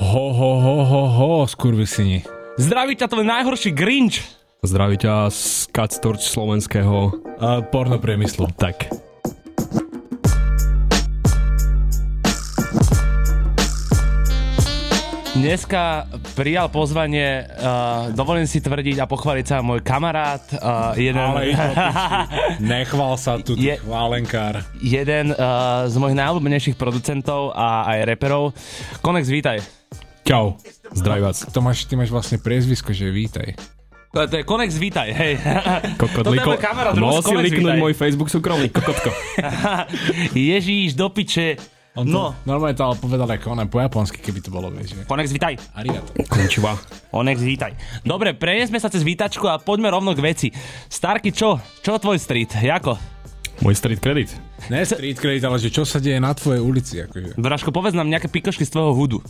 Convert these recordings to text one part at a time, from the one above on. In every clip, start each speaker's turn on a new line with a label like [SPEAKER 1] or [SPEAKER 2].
[SPEAKER 1] Ho, ho, ho, ho, ho, skurvisini.
[SPEAKER 2] Zdraví ťa tvoj najhorší Grinch.
[SPEAKER 3] Zdraví ťa z Kactorč slovenského.
[SPEAKER 1] A porno priemyslu.
[SPEAKER 3] Tak.
[SPEAKER 2] Dneska prijal pozvanie, uh, dovolím si tvrdiť a pochváliť sa môj kamarát, uh, jeden,
[SPEAKER 1] Ale iho, piči. nechval sa tu, ty
[SPEAKER 2] Je-
[SPEAKER 1] chválenkár.
[SPEAKER 2] jeden uh, z mojich najobľúbenejších producentov a aj reperov. Konex, vítaj.
[SPEAKER 1] Čau.
[SPEAKER 3] Zdraví vás.
[SPEAKER 1] Tomáš, ty máš vlastne priezvisko, že vítaj.
[SPEAKER 2] To, to je Konex, vítaj, hej. Toto
[SPEAKER 3] Kokodliko.
[SPEAKER 2] je môj kamarát,
[SPEAKER 3] Mohol
[SPEAKER 2] Rus,
[SPEAKER 3] si
[SPEAKER 2] Konex,
[SPEAKER 3] liknúť
[SPEAKER 2] vítaj.
[SPEAKER 3] môj Facebook súkromný, kokotko.
[SPEAKER 2] Ježíš, do piče.
[SPEAKER 1] On to
[SPEAKER 2] No.
[SPEAKER 1] normálne to ale povedal ako ona po japonsky, keby to bolo, vieš. že-
[SPEAKER 2] Konex, vítaj.
[SPEAKER 1] Arigato.
[SPEAKER 3] Končiva.
[SPEAKER 2] Onex, vítaj. Dobre, preniesme sa cez vítačku a poďme rovno k veci. Starky, čo? Čo tvoj street? Jako?
[SPEAKER 3] Môj street credit.
[SPEAKER 1] Ne street credit, ale že čo sa deje na tvojej ulici, akože.
[SPEAKER 2] Braško, povedz nám nejaké pikošky z tvojho hudu.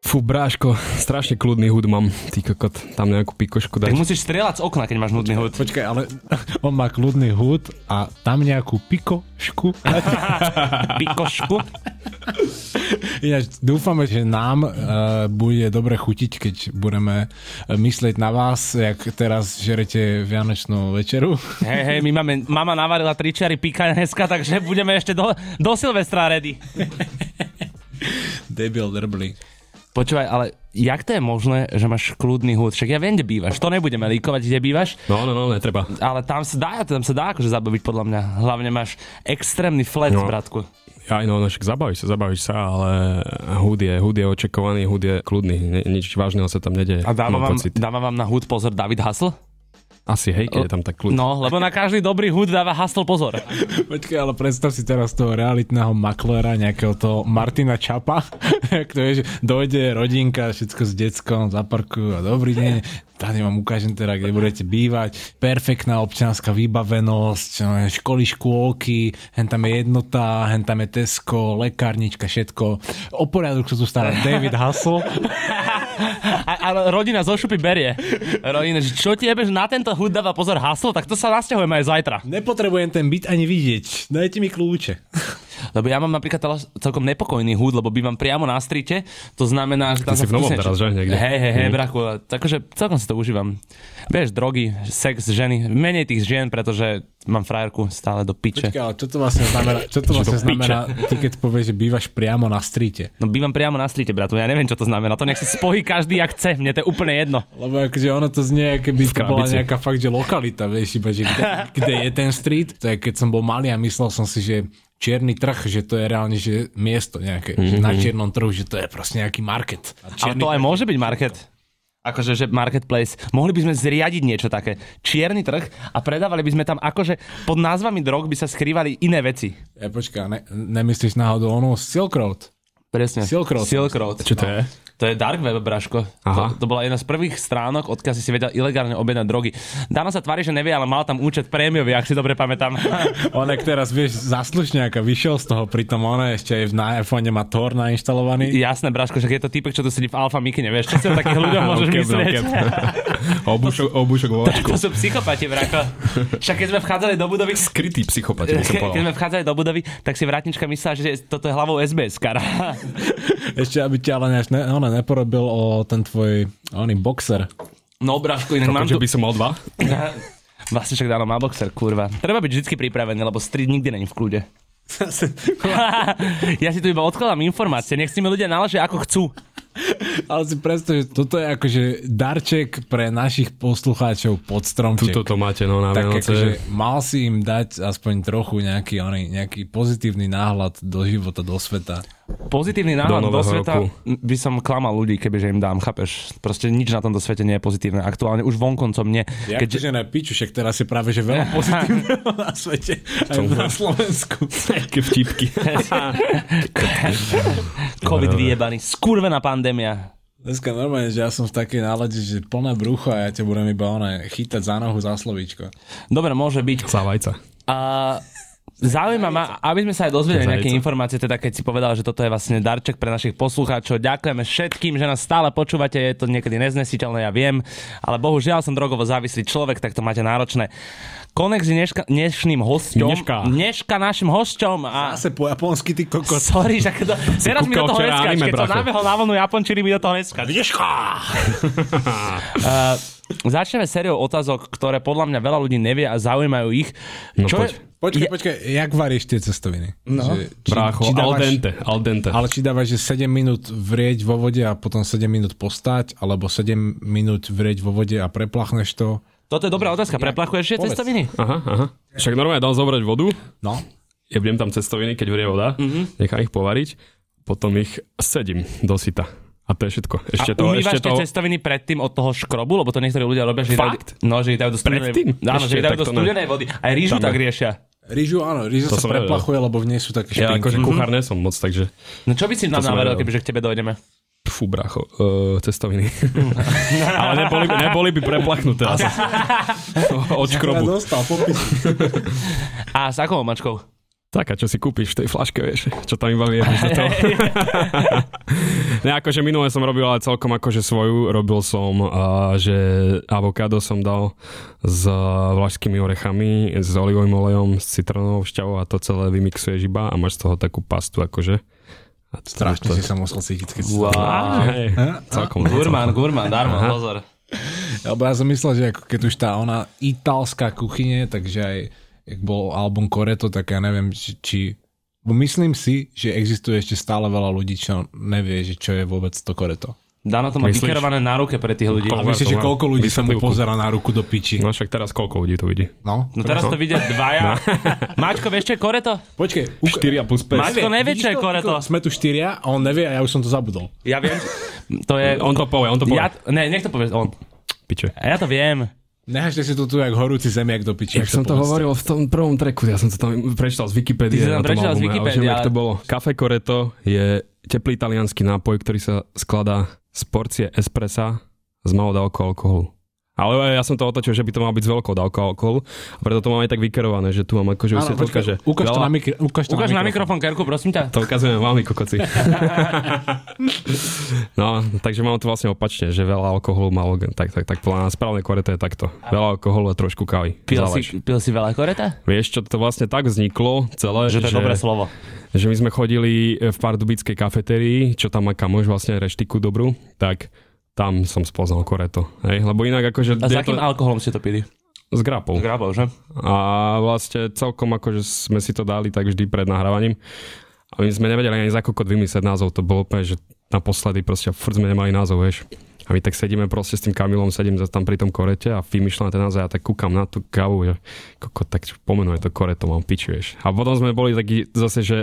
[SPEAKER 3] Fú, bráško, strašne kľudný hud mám. Ty kokot, tam nejakú pikošku
[SPEAKER 2] Tak
[SPEAKER 3] dať.
[SPEAKER 2] musíš strieľať z okna, keď máš nudný hud.
[SPEAKER 1] Počkaj, ale on má kľudný hud a tam nejakú pikošku.
[SPEAKER 2] Pikošku.
[SPEAKER 1] Ináč dúfame, že nám uh, bude dobre chutiť, keď budeme eh, myslieť na vás, jak teraz žerete Vianočnú večeru.
[SPEAKER 2] Hej, hej, my máme, mama navarila tri čiary píka dneska, takže budeme ešte do, do Silvestra ready.
[SPEAKER 1] Debil drbli.
[SPEAKER 2] Počúvaj, ale jak to je možné, že máš kľudný hud? Však ja viem, kde bývaš, to nebudeme líkovať, kde bývaš,
[SPEAKER 3] No, no, no, netreba.
[SPEAKER 2] ale tam sa dá, tam sa dá akože zabaviť podľa mňa. Hlavne máš extrémny flat, no.
[SPEAKER 3] No.
[SPEAKER 2] bratku.
[SPEAKER 3] Aj no, no, však zabavíš sa, zabavíš sa, ale hud je, hud je očakovaný, hud je kľudný. Ne, nič vážneho sa tam nedeje.
[SPEAKER 2] A dáva
[SPEAKER 3] mám
[SPEAKER 2] vám,
[SPEAKER 3] pocit.
[SPEAKER 2] dáva vám na hud pozor David Hasl?
[SPEAKER 3] Asi, hej, keď je tam tak kľud.
[SPEAKER 2] No, lebo na každý dobrý hud dáva Hasl pozor.
[SPEAKER 1] Počkaj, ale predstav si teraz toho realitného maklera, nejakého toho Martina Čapa, jak to je, že dojde rodinka, všetko s deckom, zaparkujú a dobrý deň, tady vám ukážem teda, kde budete bývať, perfektná občianská vybavenosť, no, školy, škôlky, hen tam je jednota, hen tam je Tesco, lekárnička, všetko. O poriadok sa tu stará David Hassel.
[SPEAKER 2] A, a rodina zo šupy berie. Rodina, že čo ti jebeš na tento hud dáva pozor Hasl, tak to sa nasťahujeme aj zajtra.
[SPEAKER 1] Nepotrebujem ten byt ani vidieť, dajte mi kľúče.
[SPEAKER 2] Lebo ja mám napríklad tela- celkom nepokojný hud, lebo bývam priamo na strite, to znamená, že tam
[SPEAKER 3] si v novom
[SPEAKER 2] vkusne-
[SPEAKER 3] teraz, že, niekde?
[SPEAKER 2] Hej, hej, hej,
[SPEAKER 3] Mhm.
[SPEAKER 2] brachu, takže celkom si to užívam. Vieš, drogy, sex, ženy, menej tých žien, pretože mám frajerku stále do piče.
[SPEAKER 1] Počkaj, ale čo to vlastne znamená, čo to vlastne znamená ty keď povieš, že bývaš priamo na strite?
[SPEAKER 2] No bývam priamo na strite, bratu, ja neviem, čo to znamená. To nech si spojí každý, jak chce, mne to je úplne jedno.
[SPEAKER 1] Lebo akože ono to znie, ako keby to bola
[SPEAKER 3] krabici.
[SPEAKER 1] nejaká fakt, že lokalita, vieš, iba, že kde, kde je ten street. To je, keď som bol malý a myslel som si, že čierny trh, že to je reálne, že miesto nejaké, mm-hmm. že
[SPEAKER 2] Mhm,
[SPEAKER 1] na čiernom trhu, že to je proste nejaký market. A
[SPEAKER 2] Ale
[SPEAKER 1] čierny
[SPEAKER 2] to aj
[SPEAKER 1] trh-
[SPEAKER 2] môže byť market. Akože, že marketplace. Mohli by sme zriadiť niečo také. Čierny trh a predávali by sme tam akože pod názvami drog by sa skrývali iné veci.
[SPEAKER 1] ja, e, počkaj, ne, nemyslíš náhodou ono Silk Road?
[SPEAKER 2] Presne.
[SPEAKER 1] Silk Road.
[SPEAKER 2] Silk Road. No.
[SPEAKER 3] Čo to je?
[SPEAKER 2] To je Dark Web, Braško.
[SPEAKER 3] Aha.
[SPEAKER 2] To, to bola jedna z prvých stránok, odkiaľ si si vedel ilegálne objednať drogy. Dano sa tvári, že nevie, ale mal tam účet prémiový, ak si dobre pamätám.
[SPEAKER 1] Onek teraz, vieš, zaslušňáka vyšiel z toho, pritom ono ešte aj na iPhone má Tor nainštalovaný.
[SPEAKER 2] Jasné, Braško, že je to typek, čo tu sedí v Alfa Mikine, vieš, čo si o takých ľuďoch môžeš
[SPEAKER 3] No, keb, no,
[SPEAKER 2] myslieť.
[SPEAKER 3] keb. Obušok, obušok vo vačku.
[SPEAKER 2] To sú psychopati, Braško. Však keď sme vchádzali do budovy,
[SPEAKER 3] Krytý psychopat, by som
[SPEAKER 2] Ke, keď
[SPEAKER 3] povedal.
[SPEAKER 2] sme vchádzali do budovy, tak si vrátnička myslela, že toto je hlavou SBS, kara.
[SPEAKER 1] Ešte, aby ťa ale ne, ono neporobil o ten tvoj, oný boxer.
[SPEAKER 2] No, Braško, inak mám tu...
[SPEAKER 3] Takže Akože by som mal dva?
[SPEAKER 2] Vlastne však dáno má boxer, kurva. Treba byť vždy pripravený, lebo street nikdy není v kľude. ja si tu iba odkladám informácie, nech si mi ľudia naložia ako chcú.
[SPEAKER 1] Ale si predstav, že toto je akože darček pre našich poslucháčov pod stromček.
[SPEAKER 3] Tuto to máte, no, na
[SPEAKER 1] tak akože
[SPEAKER 3] Vianoce.
[SPEAKER 1] mal si im dať aspoň trochu nejaký, oný, nejaký pozitívny náhľad do života, do sveta.
[SPEAKER 2] Pozitívny náhľad do,
[SPEAKER 3] nového
[SPEAKER 2] sveta
[SPEAKER 3] roku.
[SPEAKER 2] by som klamal ľudí, kebyže im dám, chápeš? Proste nič na tomto svete nie je pozitívne. Aktuálne už vonkoncom nie.
[SPEAKER 1] Ja Keďže
[SPEAKER 2] Keďže-
[SPEAKER 1] na piču, však teraz je práve že veľa pozitívneho na svete, aj na Slovensku.
[SPEAKER 3] Také vtipky.
[SPEAKER 2] COVID vyjebaný, skurvená pandémia.
[SPEAKER 1] Dneska normálne, že ja som v takej nálade, že plné brucho a ja ťa budem iba ona chytať za nohu za slovíčko.
[SPEAKER 2] Dobre, môže byť.
[SPEAKER 3] Závajca.
[SPEAKER 2] A Zaujíma ma, aby sme sa aj dozvedeli
[SPEAKER 3] Zajíca.
[SPEAKER 2] nejaké informácie, teda keď si povedal, že toto je vlastne darček pre našich poslucháčov. Ďakujeme všetkým, že nás stále počúvate, je to niekedy neznesiteľné, ja viem, ale bohužiaľ som drogovo závislý človek, tak to máte náročné. Konex je dneška, dnešným hosťom.
[SPEAKER 3] Dneška.
[SPEAKER 2] Dneška našim hosťom. A...
[SPEAKER 1] Zase po japonsky, ty kokos.
[SPEAKER 2] Sorry, že to, teraz mi do
[SPEAKER 3] kúkal
[SPEAKER 2] toho
[SPEAKER 3] včera
[SPEAKER 2] heckáš,
[SPEAKER 3] anime,
[SPEAKER 2] keď som
[SPEAKER 3] bracho.
[SPEAKER 2] nabehol na vlnu Japončiny, mi do toho heckáš. Dneška! uh, začneme sériou otázok, ktoré podľa mňa veľa ľudí nevie a zaujímajú ich.
[SPEAKER 3] No poď.
[SPEAKER 2] je-
[SPEAKER 1] Počkaj, počkaj, jak varíš tie cestoviny? No. Že, či,
[SPEAKER 3] Brácho,
[SPEAKER 1] či
[SPEAKER 3] al
[SPEAKER 1] dávaš,
[SPEAKER 3] dente, al dente.
[SPEAKER 1] ale či dávaš, že 7 minút vrieť vo vode a potom 7 minút postať, alebo 7 minút vrieť vo vode a preplachneš to?
[SPEAKER 2] Toto je dobrá otázka. Preplachuješ tie
[SPEAKER 1] Povedz.
[SPEAKER 2] cestoviny?
[SPEAKER 3] Aha, aha. Však normálne dám zobrať vodu,
[SPEAKER 1] No.
[SPEAKER 3] ja budem tam cestoviny, keď vrie voda,
[SPEAKER 2] Mhm.
[SPEAKER 3] mm-hmm. nechám ich povariť, potom ich sedím do sita. A to je všetko. Ešte
[SPEAKER 2] A
[SPEAKER 3] to,
[SPEAKER 2] umývaš
[SPEAKER 3] ešte
[SPEAKER 2] tie
[SPEAKER 3] to...
[SPEAKER 2] cestoviny predtým od toho škrobu, lebo to niektorí ľudia robia, že ich dajú-
[SPEAKER 3] Fakt?
[SPEAKER 2] no, že ich dajú do studenej,
[SPEAKER 3] Predtým?
[SPEAKER 2] áno, že
[SPEAKER 3] Ešte,
[SPEAKER 2] ich dajú
[SPEAKER 3] tak
[SPEAKER 2] do
[SPEAKER 3] to ne.
[SPEAKER 2] studenej vody. Aj rýžu
[SPEAKER 3] Tam
[SPEAKER 2] tak
[SPEAKER 3] je.
[SPEAKER 2] riešia.
[SPEAKER 1] Rýžu, áno, rýžu sa
[SPEAKER 3] To som nevedel.
[SPEAKER 1] preplachuje, lebo v nej sú také
[SPEAKER 3] Ja
[SPEAKER 1] špinky.
[SPEAKER 2] Mhm.
[SPEAKER 1] Mhm.
[SPEAKER 3] akože kuchár nie som moc, takže
[SPEAKER 2] No čo by si nám
[SPEAKER 3] som
[SPEAKER 2] navedel,
[SPEAKER 3] nevedel.
[SPEAKER 2] kebyže k tebe dojdeme?
[SPEAKER 3] fú, brácho, uh, cestoviny. Ale neboli, by- neboli by preplachnuté asi.
[SPEAKER 1] Ja
[SPEAKER 3] Od škrobu.
[SPEAKER 1] dostal popis.
[SPEAKER 2] A s akou mačkou?
[SPEAKER 3] Taká, čo si kúpiš v tej flaške, vieš, čo tam iba vie. že to... ne, akože minulé som robil, ale celkom akože svoju. Robil som, uh, že avokádo som dal s uh, vlašskými orechami, s olivovým olejom, s citrónovou šťavou a to celé vymixuješ iba a máš z toho takú pastu akože. A to-
[SPEAKER 1] Strašne
[SPEAKER 3] to-
[SPEAKER 1] si sa musel cítiť, keď si to-
[SPEAKER 2] Wow.
[SPEAKER 3] Hej, celkom.
[SPEAKER 2] Gurmán, gurmán, darmo, pozor.
[SPEAKER 1] Lebo ja som myslel, že ako keď už tá ona italská kuchyne, takže aj jak bol album Koreto, tak ja neviem, či, či bo myslím si, že existuje ešte stále veľa ľudí, čo nevie, že čo je vôbec to Koreto.
[SPEAKER 2] Dano to má
[SPEAKER 3] Myslíš?
[SPEAKER 2] vykerované na ruke pre tých ľudí.
[SPEAKER 1] A
[SPEAKER 3] Dobre,
[SPEAKER 1] myslíš, že
[SPEAKER 3] dobre.
[SPEAKER 1] koľko ľudí sa mu
[SPEAKER 3] Vysvetlivku.
[SPEAKER 1] pozera na ruku do piči?
[SPEAKER 3] No však teraz koľko ľudí to vidí?
[SPEAKER 1] No.
[SPEAKER 2] No teraz to vidia dvaja. Mačko, vieš čo je koreto?
[SPEAKER 1] Počkej, uka-
[SPEAKER 3] 4 plus
[SPEAKER 2] Mať-
[SPEAKER 3] 5.
[SPEAKER 2] Maťko nevie,
[SPEAKER 1] Vidíš
[SPEAKER 2] čo je
[SPEAKER 1] to?
[SPEAKER 2] Koreto.
[SPEAKER 1] Sme tu štyria a on nevie a ja už som to zabudol.
[SPEAKER 2] Ja viem. To je...
[SPEAKER 3] On to povie, on to povie.
[SPEAKER 2] Ja, ne, nech to povie on.
[SPEAKER 3] Piče.
[SPEAKER 2] A ja to viem.
[SPEAKER 1] Nehažte si to tu jak horúci zemiak do piči.
[SPEAKER 3] Jak som to hovoril v tom prvom treku, ja som to tam prečítal z
[SPEAKER 2] Ty
[SPEAKER 3] Wikipédie.
[SPEAKER 2] si tam
[SPEAKER 3] na tom
[SPEAKER 2] prečítal z
[SPEAKER 3] albume,
[SPEAKER 2] Wikipédie,
[SPEAKER 3] ale... že jak
[SPEAKER 2] ale-
[SPEAKER 3] to bolo. Café Coreto je teplý talianský nápoj, ktorý sa skladá z porcie espressa s malou dávkou alkoholu. Ale ja som to otočil, že by to mal byť s veľkou dávkou alkoholu, a preto to mám aj tak vykerované, že tu mám akože už si počka, že
[SPEAKER 1] ukáž to
[SPEAKER 3] veľa-
[SPEAKER 1] na, mikro, ukáž to
[SPEAKER 2] Ukáž
[SPEAKER 1] na
[SPEAKER 2] na
[SPEAKER 1] mikrofón.
[SPEAKER 2] mikrofón, Kerku, prosím ťa.
[SPEAKER 3] To ukazujem veľmi kokoci. no, takže mám to vlastne opačne, že veľa alkoholu, malo, tak, tak, tak, plán, správne koreto je takto. Veľa alkoholu a trošku kávy.
[SPEAKER 2] Pil
[SPEAKER 3] Zálež.
[SPEAKER 2] si, pil si veľa koreta?
[SPEAKER 3] Vieš, čo to vlastne tak vzniklo celé,
[SPEAKER 2] Že to je dobré slovo.
[SPEAKER 3] že my sme chodili v pardubickej kafetérii, čo tam má kamoš vlastne reštiku dobrú, tak tam som spoznal koreto. Hej? Lebo inak akože...
[SPEAKER 2] A s
[SPEAKER 3] je
[SPEAKER 2] akým
[SPEAKER 3] to,
[SPEAKER 2] alkoholom ste to pili?
[SPEAKER 3] s grapou.
[SPEAKER 2] S grabou, že?
[SPEAKER 3] A vlastne celkom akože sme si to dali tak vždy pred nahrávaním. A my sme nevedeli ani za kokot vymyslieť názov, to bolo úplne, že naposledy proste furt sme nemali názov, vieš. A my tak sedíme proste s tým Kamilom, sedím za- tam pri tom korete a vymýšľam ten názov a ja tak kúkam na tú kávu, že kokot, tak pomenuje to koreto, mám piči, vieš. A potom sme boli takí zase, že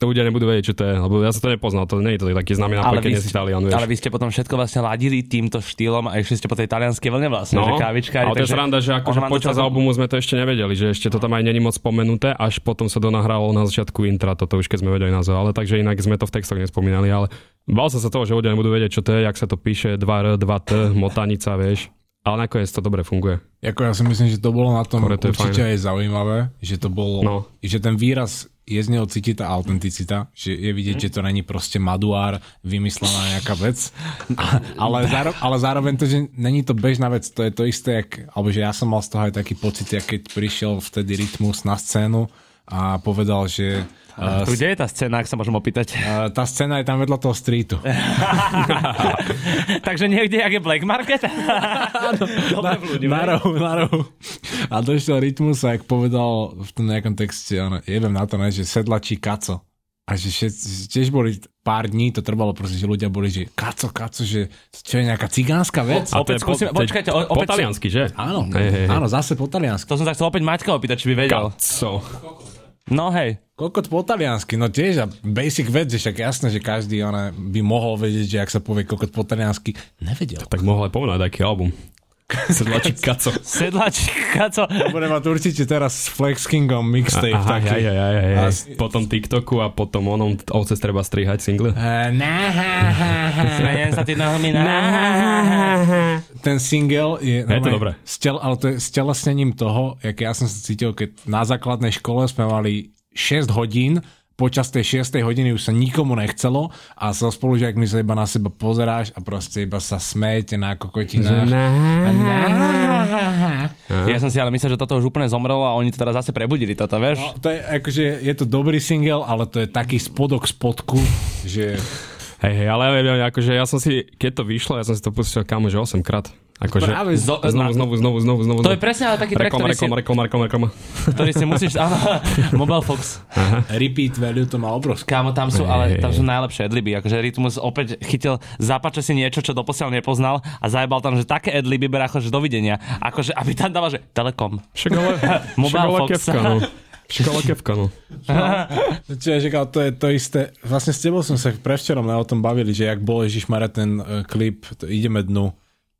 [SPEAKER 3] to ľudia nebudú vedieť, čo to je, lebo ja som to nepoznal, to nie je to taký známy nápoj, keď nie si Talian, vieš.
[SPEAKER 2] ale vy ste potom všetko vlastne ladili týmto štýlom a išli ste po tej talianskej vlne vlastne, že kávičkári.
[SPEAKER 3] No, ale to je
[SPEAKER 2] takže
[SPEAKER 3] sranda, že akože
[SPEAKER 2] ono vám to
[SPEAKER 3] počas
[SPEAKER 2] celkom-
[SPEAKER 3] albumu sme to ešte nevedeli, že ešte to tam aj není moc spomenuté, až potom sa donahralo na začiatku intra, toto už keď sme vedeli názov, ale takže inak sme to v textoch nespomínali, ale bal som sa toho, že ľudia nebudú vedieť, čo to je, jak sa to píše, 2R, 2T, motanica, vieš. Ale nakoniec to dobre funguje.
[SPEAKER 1] Ako ja si myslím, že to bolo na tom
[SPEAKER 3] Koreto je
[SPEAKER 1] určite aj zaujímavé, že to bolo,
[SPEAKER 3] No.
[SPEAKER 1] že ten výraz je z neho cítiť tá autenticita, že je vidieť,
[SPEAKER 3] Mhm.
[SPEAKER 1] že to není proste maduár, vymyslená nejaká vec, A- ale, záro, ale zároveň to, že není to bežná vec, to je to isté, jak, alebo že ja som mal z toho aj taký pocit, jak keď prišiel vtedy Rytmus na scénu a povedal, že uh,
[SPEAKER 2] A tu Kde je tá scéna, ak sa môžem opýtať?
[SPEAKER 1] uh, tá scéna je tam vedľa toho streetu.
[SPEAKER 2] Takže niekde, jak je Black Market? Dobre vľúdi,
[SPEAKER 1] na
[SPEAKER 2] ne?
[SPEAKER 1] rohu, na rohu. A došiel rytmus a jak povedal v tom nejakom texte, áno, jebem na to, ne, že sedlačí kaco. A že všetci, tiež boli pár dní, to trvalo proste, že ľudia boli, že kaco, kaco, že čo je nejaká cigánska vec?
[SPEAKER 2] A- Opäť skúsime- počkajte, o-
[SPEAKER 3] po
[SPEAKER 2] opäť-
[SPEAKER 3] taliansky, že?
[SPEAKER 1] Áno,
[SPEAKER 3] Hej, hej, hej.
[SPEAKER 1] áno, zase po taliansky.
[SPEAKER 2] To som sa chcel opäť Maťka opýtať, či by vedel.
[SPEAKER 3] Kaco.
[SPEAKER 2] No hej.
[SPEAKER 1] Kokot po taliansky, no tiež a basic vec, že však jasné, že každý ona, by mohol vedieť, že ak sa povie kokot po taliansky, nevedel.
[SPEAKER 3] Tak mohol aj pomenovať taký album. Sedlačí kaco.
[SPEAKER 2] Sedlačka, co?
[SPEAKER 1] Bude mať určite teraz s Flex Kingom mixtape
[SPEAKER 3] Aha,
[SPEAKER 1] taký.
[SPEAKER 3] aj, aj, aj, aj, aj.
[SPEAKER 1] A-
[SPEAKER 3] Potom TikToku a potom onom ovce treba strihať single.
[SPEAKER 1] Eh, na, ha, ha, ha.
[SPEAKER 2] Zmením sa ty nohami na...
[SPEAKER 1] ten single je,
[SPEAKER 3] to
[SPEAKER 1] normálne
[SPEAKER 3] dobré.
[SPEAKER 1] Stel, ale to je stelesnením toho, jak ja som sa cítil, keď na základnej škole sme mali 6 hodín, počas tej 6 hodiny už sa nikomu nechcelo a so spolužiakmi sa iba na seba pozeráš a proste iba sa smejete na kokotinách.
[SPEAKER 2] Ja som si ale myslel, že toto už úplne zomrelo a oni to teraz zase prebudili toto, vieš?
[SPEAKER 1] No, to je, akože, je to dobrý single, ale to je taký spodok spodku, že
[SPEAKER 3] Hej, hej, ale ja viem, akože ja som si, keď to vyšlo, ja som si to pustil kamo, že 8 krát. Akože,
[SPEAKER 1] Práve zo-
[SPEAKER 3] znovu, znovu, znovu, znovu, znovu.
[SPEAKER 2] To je presne ale taký track,
[SPEAKER 3] Reklama,
[SPEAKER 2] ktorý si,
[SPEAKER 3] reklama, reklama, reklama, reklama.
[SPEAKER 2] ktorý si musíš... Áno, Mobile Fox.
[SPEAKER 1] repeat value to má obrovské.
[SPEAKER 2] Kámo, tam sú, ale tam
[SPEAKER 3] Hej.
[SPEAKER 2] sú najlepšie adliby. Akože Rytmus opäť chytil, zapáče si niečo, čo doposiaľ nepoznal a zajebal tam, že také adliby berá, že dovidenia. Akože, aby tam dával, že Telekom.
[SPEAKER 3] Však ale, však
[SPEAKER 2] Mobile
[SPEAKER 3] ale
[SPEAKER 2] Fox.
[SPEAKER 3] kefka, no. Však ale kefka, no.
[SPEAKER 1] Čiže říkal, to je to isté. Vlastne s tebou som sa prevčerom na o tom bavili, že jak bol Ježiš ten e, klip to Ideme dnu,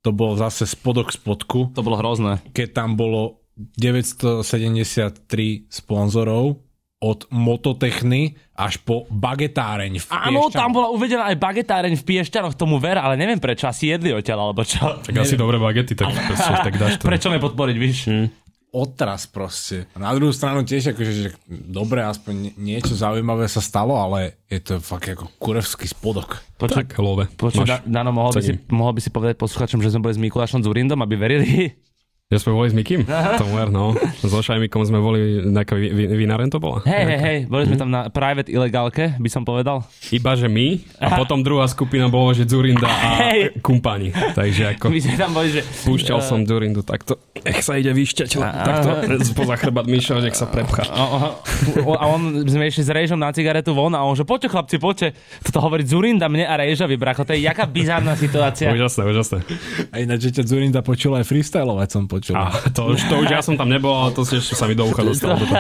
[SPEAKER 1] to bol zase spodok spodku,
[SPEAKER 2] To bolo hrozné.
[SPEAKER 1] keď tam bolo 973 sponzorov od mototechny až po bagetáreň v
[SPEAKER 2] Áno,
[SPEAKER 1] Piešťanoch.
[SPEAKER 2] tam bola uvedená aj bagetáreň v Piešťanoch, tomu ver, ale neviem prečo, asi jedli odtiaľ, alebo čo.
[SPEAKER 3] Tak asi dobré bagety, tak proste, tak dáš to.
[SPEAKER 2] Prečo nepodporiť, víš?
[SPEAKER 3] Hm.
[SPEAKER 1] otras proste. A na druhú stranu tiež akože, že dobre, aspoň nie- niečo zaujímavé sa stalo, ale je to fakt ako kurevský spodok.
[SPEAKER 2] Počuť,
[SPEAKER 3] Tak, love.
[SPEAKER 2] Počuť,
[SPEAKER 3] Máš.
[SPEAKER 2] da, Dano, mohol by, si, mohol by si povedať posluchačom, že sme boli s Mikulášom Zurindom, aby verili?
[SPEAKER 3] Ja sme boli s Mikim, tomu ver, no. So Šajmikom sme boli, nejaká vi- vi- vinárem to bola.
[SPEAKER 2] Hej, hej, hej, boli
[SPEAKER 3] Hm?
[SPEAKER 2] sme tam na private ilegálke, by som povedal.
[SPEAKER 3] Iba, že my, a potom druhá skupina bolo, že Zurinda a
[SPEAKER 2] Hej.
[SPEAKER 3] kumpani. Takže ako...
[SPEAKER 2] My sme tam boli, že...
[SPEAKER 3] Púšťal som Durindu takto. Nech sa ide vyšťať. Takto poza chrbát Mišo, nech sa prepchá.
[SPEAKER 2] O, o, o, a on, sme išli s Rejžom na cigaretu von a on že poďte chlapci, poďte. Toto hovorí Zurinda mne a Rejžovi, bracho, to je jaká bizárna situácia.
[SPEAKER 3] Úžasné, úžasné.
[SPEAKER 1] A ináč, že ťa Zurinda počul aj freestylovať som počul.
[SPEAKER 3] A to, už, to už ja som tam nebol, ale to ešte sa mi do ucha dostalo. Toto.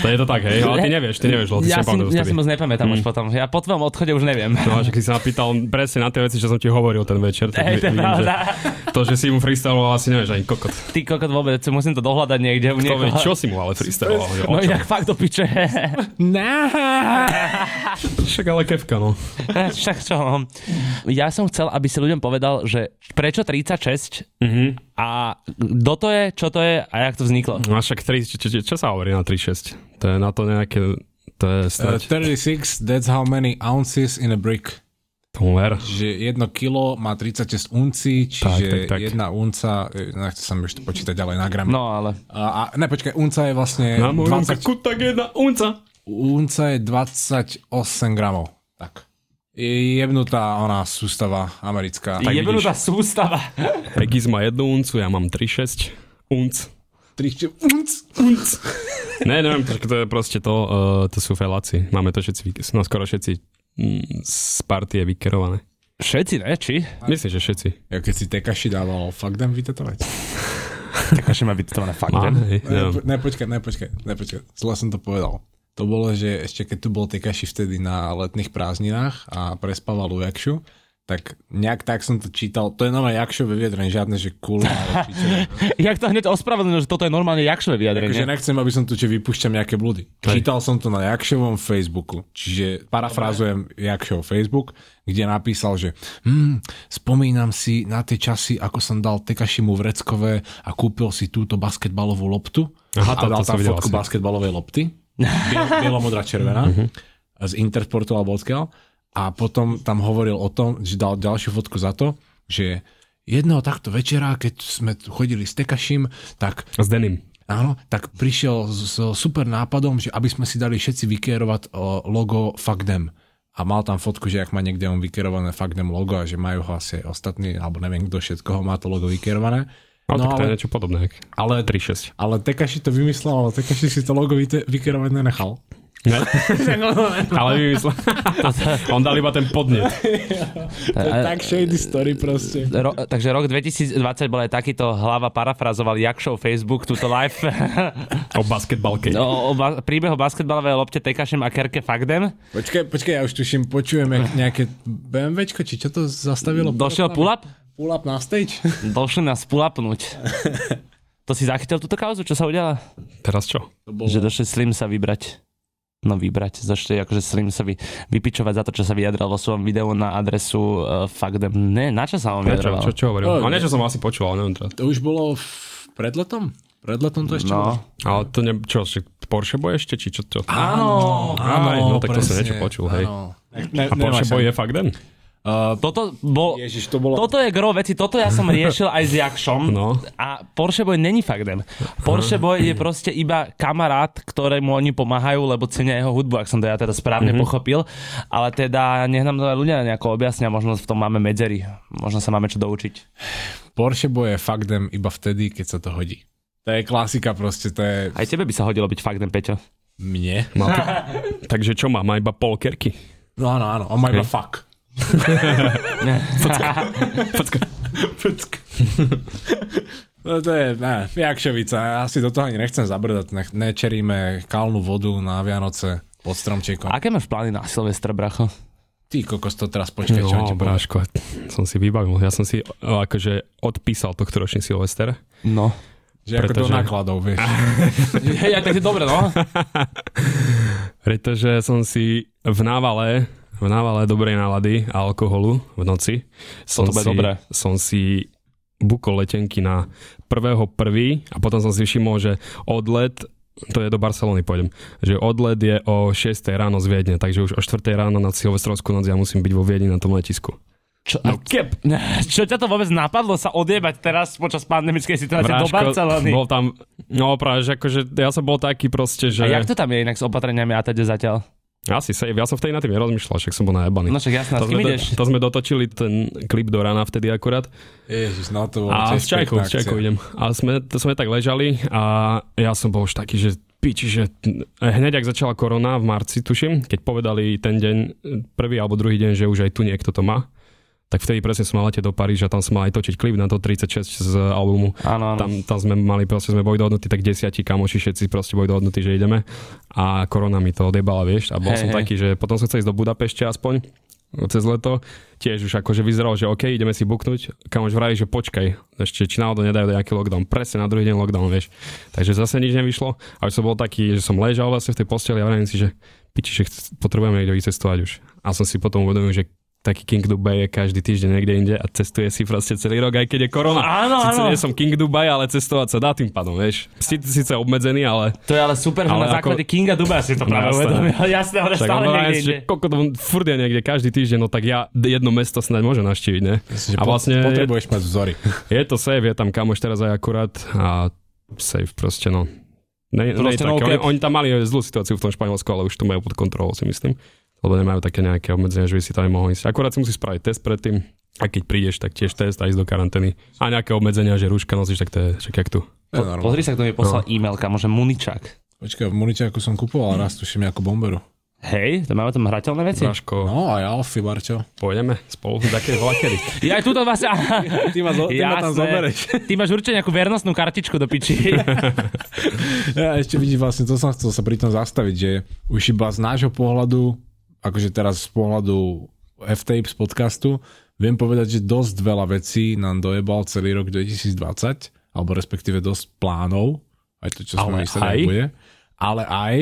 [SPEAKER 3] To je to tak, hej, ale ty nevieš, ty nevieš, lebo ty
[SPEAKER 2] Ja
[SPEAKER 3] ja
[SPEAKER 2] si,
[SPEAKER 3] si nepamätáš
[SPEAKER 2] ja si
[SPEAKER 3] vtedy.
[SPEAKER 2] moc nepamätám
[SPEAKER 3] Mm.
[SPEAKER 2] už potom. Ja po tvojom odchode už neviem.
[SPEAKER 3] No a že keď si ma pýtal presne na tie veci, čo som ti hovoril ten večer, tak
[SPEAKER 2] Hej, to je
[SPEAKER 3] vidím, že
[SPEAKER 2] pravda.
[SPEAKER 3] to, že si mu freestyloval, asi nevieš ani kokot.
[SPEAKER 2] Ty kokot vôbec, musím to dohľadať niekde. u
[SPEAKER 3] To
[SPEAKER 2] niekoho.
[SPEAKER 3] vie, čo si mu ale freestyloval. že o
[SPEAKER 2] No
[SPEAKER 3] čom?
[SPEAKER 2] inak fakt do piče.
[SPEAKER 3] Však ale kevka, no.
[SPEAKER 2] Však čo? no. Ja som chcel, aby si ľuďom povedal, že prečo 36
[SPEAKER 3] Mhm.
[SPEAKER 2] a kto to je, čo to je a jak to vzniklo.
[SPEAKER 3] No a však 3, čo, čo, čo, čo sa hovorí na 3.6? To je na to nejaké, to je
[SPEAKER 1] Uh,
[SPEAKER 3] snáď.
[SPEAKER 1] 36, that's how many ounces in a brick.
[SPEAKER 3] Tomu ver.
[SPEAKER 1] Čiže jedno kilo má 36 uncí, čiže
[SPEAKER 3] Tak, tak, tak.
[SPEAKER 1] jedna unca, e, nechcem sa mi už to počítať ďalej na gramy.
[SPEAKER 2] No ale...
[SPEAKER 1] A, a ne, počkaj, unca je vlastne
[SPEAKER 3] Na mojom
[SPEAKER 1] 20,
[SPEAKER 3] kaku tak jedna unca.
[SPEAKER 1] unca je 28 gramov. Tak. Je jebnutá ona sústava americká.
[SPEAKER 2] Je tá sústava.
[SPEAKER 3] Pegis má jednu uncu, ja mám 3,6 unc.
[SPEAKER 1] Tri, či- unc, unc.
[SPEAKER 3] Ne, neviem, tak to je proste to, uh, to sú feláci. Máme to všetci, vyk- no skoro všetci mm, z partie vykerované.
[SPEAKER 2] Všetci, ne? Či?
[SPEAKER 3] Myslím, že všetci.
[SPEAKER 1] Ja keď si Tekaši dával, fakt dám vytetovať.
[SPEAKER 2] Tak až má byť to na fakt.
[SPEAKER 3] Mám, hej,
[SPEAKER 1] Ne,
[SPEAKER 3] neviem.
[SPEAKER 1] po- ne, počkaj, ne, počkaj, ne, počkaj. Zle som to povedal. To bolo, že ešte keď tu bol Tekaši vtedy na letných prázdninách a prespával u Jakšu, tak nejak tak som to čítal. To je nové Jakšové vyjadrenie, žiadne, že cool. Ale či čo.
[SPEAKER 2] Jak to hneď ospravedlnil, že toto je normálne jakšové
[SPEAKER 1] Takže
[SPEAKER 2] vyjadrenie.
[SPEAKER 1] Akože nechcem, aby som tu, že vypúšťam nejaké blúdy. Čítal som to na Jakšovom Facebooku, čiže parafrázujem Jakšov Facebook, kde napísal, že hm, spomínam si na tie časy, ako som dal Tekašimu vreckové a kúpil si túto basketbalovú loptu a
[SPEAKER 3] Aha, to-
[SPEAKER 1] dal
[SPEAKER 3] to
[SPEAKER 1] tam
[SPEAKER 3] som videl
[SPEAKER 1] fotku
[SPEAKER 3] asi. Mhm.
[SPEAKER 1] basketbalovej lopty, bielo- bielomodrá červená, z Intersportu alebo odkiaľ. A potom tam hovoril o tom, že dal ďalšiu fotku za to, že jedného takto večera, keď sme tu chodili s Tekašim, tak
[SPEAKER 3] S Denim.
[SPEAKER 1] Áno, tak prišiel s, s super nápadom, že aby sme si dali všetci vykerovať o, logo Fakdem. A mal tam fotku, že ak má niekde on vykerované Fakdem logo a že majú ho asi aj ostatní, alebo neviem kto všetkoho má to logo vykerované.
[SPEAKER 3] No,
[SPEAKER 1] No
[SPEAKER 3] tak to je
[SPEAKER 1] ale,
[SPEAKER 3] niečo podobné. jak
[SPEAKER 1] ale,
[SPEAKER 3] 3,6.
[SPEAKER 1] ale Tekaši to vymyslel, ale Tekaši si to logo vyte- vykerovať nenechal.
[SPEAKER 3] Ne? ale vymyslel. On dal iba ten podnet.
[SPEAKER 1] To je tak shady story proste.
[SPEAKER 2] Ro, takže rok 2020 bol aj takýto hlava parafrazoval Jakšov Facebook túto live
[SPEAKER 3] O basketbalke. No.
[SPEAKER 2] o, o ba- príbehu basketbalovej lopte Tekašem a Kerke Fakdem.
[SPEAKER 1] Počkaj, počkaj, ja už tuším, počujem jak nejaké BMWčko, či čo to zastavilo?
[SPEAKER 2] Došiel pulap?
[SPEAKER 1] Pull up na stage?
[SPEAKER 2] Došli nás pulapnúť. To si zachytil túto kauzu, čo sa udiala?
[SPEAKER 3] Teraz čo?
[SPEAKER 1] To bolo...
[SPEAKER 2] Že došli Slim sa vybrať. No vybrať, začali akože Slim sa vy, vypičovať za to, čo sa vyjadral vo svojom videu na adresu uh, Fakdem. Ne, na čo sa on
[SPEAKER 3] Prečo?
[SPEAKER 2] vyjadroval?
[SPEAKER 3] Čo, čo hovoril?
[SPEAKER 1] No,
[SPEAKER 3] Ale niečo som asi počúval, neviem teraz.
[SPEAKER 1] To už bolo v... pred letom? Pred letom to ešte bolo?
[SPEAKER 4] No,
[SPEAKER 3] Ale to ne, čo, že Porsche Boy ešte, či čo to?
[SPEAKER 1] Áno,
[SPEAKER 3] no tak to som niečo počul, hej.
[SPEAKER 1] áno. Ne,
[SPEAKER 3] A Porsche Boy je fakt den?
[SPEAKER 2] Toto bol...
[SPEAKER 1] Ježiš, to bolo...
[SPEAKER 2] Toto je gro veci, toto ja som riešil aj s Jakšom
[SPEAKER 3] No.
[SPEAKER 2] a Porsche Boy není faktem. Porsche Boy je proste iba kamarát, ktorému oni pomáhajú, lebo cenia jeho hudbu, ak som to ja teda správne mm-hmm. pochopil. Ale teda nech nám to aj ľudia nejako objasnia, možno v tom máme medzery, možno sa máme čo doučiť.
[SPEAKER 1] Porsche Boy je faktem iba vtedy, keď sa to hodí. To je klasika proste, to je
[SPEAKER 2] Aj tebe by sa hodilo byť faktem, Peťo.
[SPEAKER 1] mne.
[SPEAKER 3] Takže čo má? Má iba polkerky.
[SPEAKER 1] No áno, áno, on má iba fuck. Fuck. No to je, ne, jakšovica, ja si do toho ani nechcem zabrdať, nech, nečeríme kalnú vodu na Vianoce pod stromčekom.
[SPEAKER 2] Aké máš plány na Silvestra, bracho?
[SPEAKER 1] Ty kokos to teraz počkaj,
[SPEAKER 3] No,
[SPEAKER 1] čo ti poviem.
[SPEAKER 3] bráško, som si vybavil. Ja som si o, akože odpísal tohto ročný Silvester.
[SPEAKER 2] No.
[SPEAKER 1] Že ako do
[SPEAKER 3] pretože-
[SPEAKER 1] nákladov, vieš.
[SPEAKER 2] Hej, ja, takže dobre, no.
[SPEAKER 3] Pretože som si v návale, v návale dobrej nálady a alkoholu v noci som,
[SPEAKER 2] to bude
[SPEAKER 3] si,
[SPEAKER 2] dobré.
[SPEAKER 3] som si bukol letenky na 1.1. a potom som si všimol, že odlet to je do Barcelony, pôjdem. Že odlet je o 6 ráno z Viedne, takže už o 4 ráno na Silvestrovskú noc ja musím byť vo Viedni na tom letisku.
[SPEAKER 2] Čo, no, kep. Čo ťa to vôbec napadlo sa odjebať teraz počas pandemickej situácie do Barcelony?
[SPEAKER 3] bol tam, no práve, že akože ja som bol taký proste, že...
[SPEAKER 2] A jak to tam je inak s opatreniami a teda zatiaľ?
[SPEAKER 3] Asi sa, ja som vtedy na tým nerozmýšľal, však som bol najebaný.
[SPEAKER 2] No však jasná, s
[SPEAKER 3] to,
[SPEAKER 2] kým
[SPEAKER 3] sme do,
[SPEAKER 2] ideš?
[SPEAKER 3] to sme dotočili ten klip do rána vtedy akurát.
[SPEAKER 1] Ježiš, no to bolo
[SPEAKER 3] A
[SPEAKER 1] tiež
[SPEAKER 3] s čajkou,
[SPEAKER 1] pekná
[SPEAKER 3] s čajkou
[SPEAKER 1] akcia.
[SPEAKER 3] idem. A sme, to sme tak ležali a ja som bol už taký, že piči, že hneď ak začala korona v marci, tuším, keď povedali ten deň, prvý alebo druhý deň, že už aj tu niekto to má, tak vtedy presne som mal letieť do Paríža, tam som mal aj točiť klip na to 36 z albumu.
[SPEAKER 2] Áno, áno.
[SPEAKER 3] Tam, tam sme mali, proste sme boli dohodnutí, tak desiatí kamoši, všetci proste boli dohodnutí, že ideme. A korona mi to odjebala, vieš. A bol
[SPEAKER 2] Hej,
[SPEAKER 3] som
[SPEAKER 2] hej.
[SPEAKER 3] taký, že potom som chcel ísť do Budapešte aspoň cez leto. Tiež už akože vyzeralo, že OK, ideme si buknúť. Kamoš vraví, že počkaj, ešte či náhodou nedajú nejaký lockdown. Presne na druhý deň lockdown, vieš. Takže zase nič nevyšlo. A už som bol taký, že som ležal vlastne v tej posteli a vravím si, že piči, že chc- potrebujeme niekde vycestovať už. A som si potom uvedomil, že taký King Dubai je každý týždeň niekde inde a cestuje si proste celý rok, aj keď je korona.
[SPEAKER 2] Áno,
[SPEAKER 3] Sice
[SPEAKER 2] áno.
[SPEAKER 3] nie som King Dubai, ale cestovať sa dá tým pádom, vieš. Si síce obmedzený, ale...
[SPEAKER 2] To je ale super, že
[SPEAKER 3] Ale
[SPEAKER 2] na
[SPEAKER 3] ako-
[SPEAKER 2] základe Kinga Duba si to
[SPEAKER 3] No,
[SPEAKER 2] práve
[SPEAKER 3] jasné.
[SPEAKER 2] uvedomil. Jasné, ale
[SPEAKER 3] Tak
[SPEAKER 2] stále
[SPEAKER 3] on
[SPEAKER 2] niekde
[SPEAKER 3] hovorí, že
[SPEAKER 2] ide.
[SPEAKER 3] koľko to furt je niekde každý týždeň, no tak ja jedno mesto snáď môžem navštíviť, ne?
[SPEAKER 1] Myslím, že
[SPEAKER 3] A vlastne
[SPEAKER 1] po-
[SPEAKER 3] je,
[SPEAKER 1] potrebuješ mať vzory.
[SPEAKER 3] je, to safe, je tam kamoš teraz aj akurát a safe proste, no. Ne, ne,
[SPEAKER 2] Proste no
[SPEAKER 3] také. oni,
[SPEAKER 2] cap.
[SPEAKER 3] oni, tam mali zlú situáciu v tom Španielsku, ale už to majú pod kontrolou, si myslím. Lebo nemajú také nejaké obmedzenia, že by si tam mohol ísť. Akurát si musíš spraviť test predtým. A keď prídeš, tak tiež test a ísť do karantény. A nejaké obmedzenia, že rúška nosíš, tak to je však jak tu.
[SPEAKER 1] To je normálne.
[SPEAKER 2] Pozri sa, kto mi poslal e-mail, kamože Muničak.
[SPEAKER 1] Počkaj, v Muničáku som kupoval raz, tuším, nejakú bomberu.
[SPEAKER 2] Hej, to máme tam hrateľné veci?
[SPEAKER 3] Braško,
[SPEAKER 1] No aj Alfy, Barčo.
[SPEAKER 3] pôjdeme spolu, také vlakery.
[SPEAKER 2] Ja aj túto vás...
[SPEAKER 1] Ty ma, zo, ty ma tam zoberieš.
[SPEAKER 2] Ty máš určite nejakú vernostnú kartičku do piči.
[SPEAKER 1] Ja ešte vidíš, vlastne to som chcel sa pri tom zastaviť, že už iba z nášho pohľadu, akože teraz z pohľadu F-Tape z podcastu, viem povedať, že dosť veľa vecí nám dojebal celý rok 2020, alebo respektíve dosť plánov, aj to, čo
[SPEAKER 3] Ale
[SPEAKER 1] sme
[SPEAKER 3] aj?
[SPEAKER 1] mysleli, že bude. Ale aj,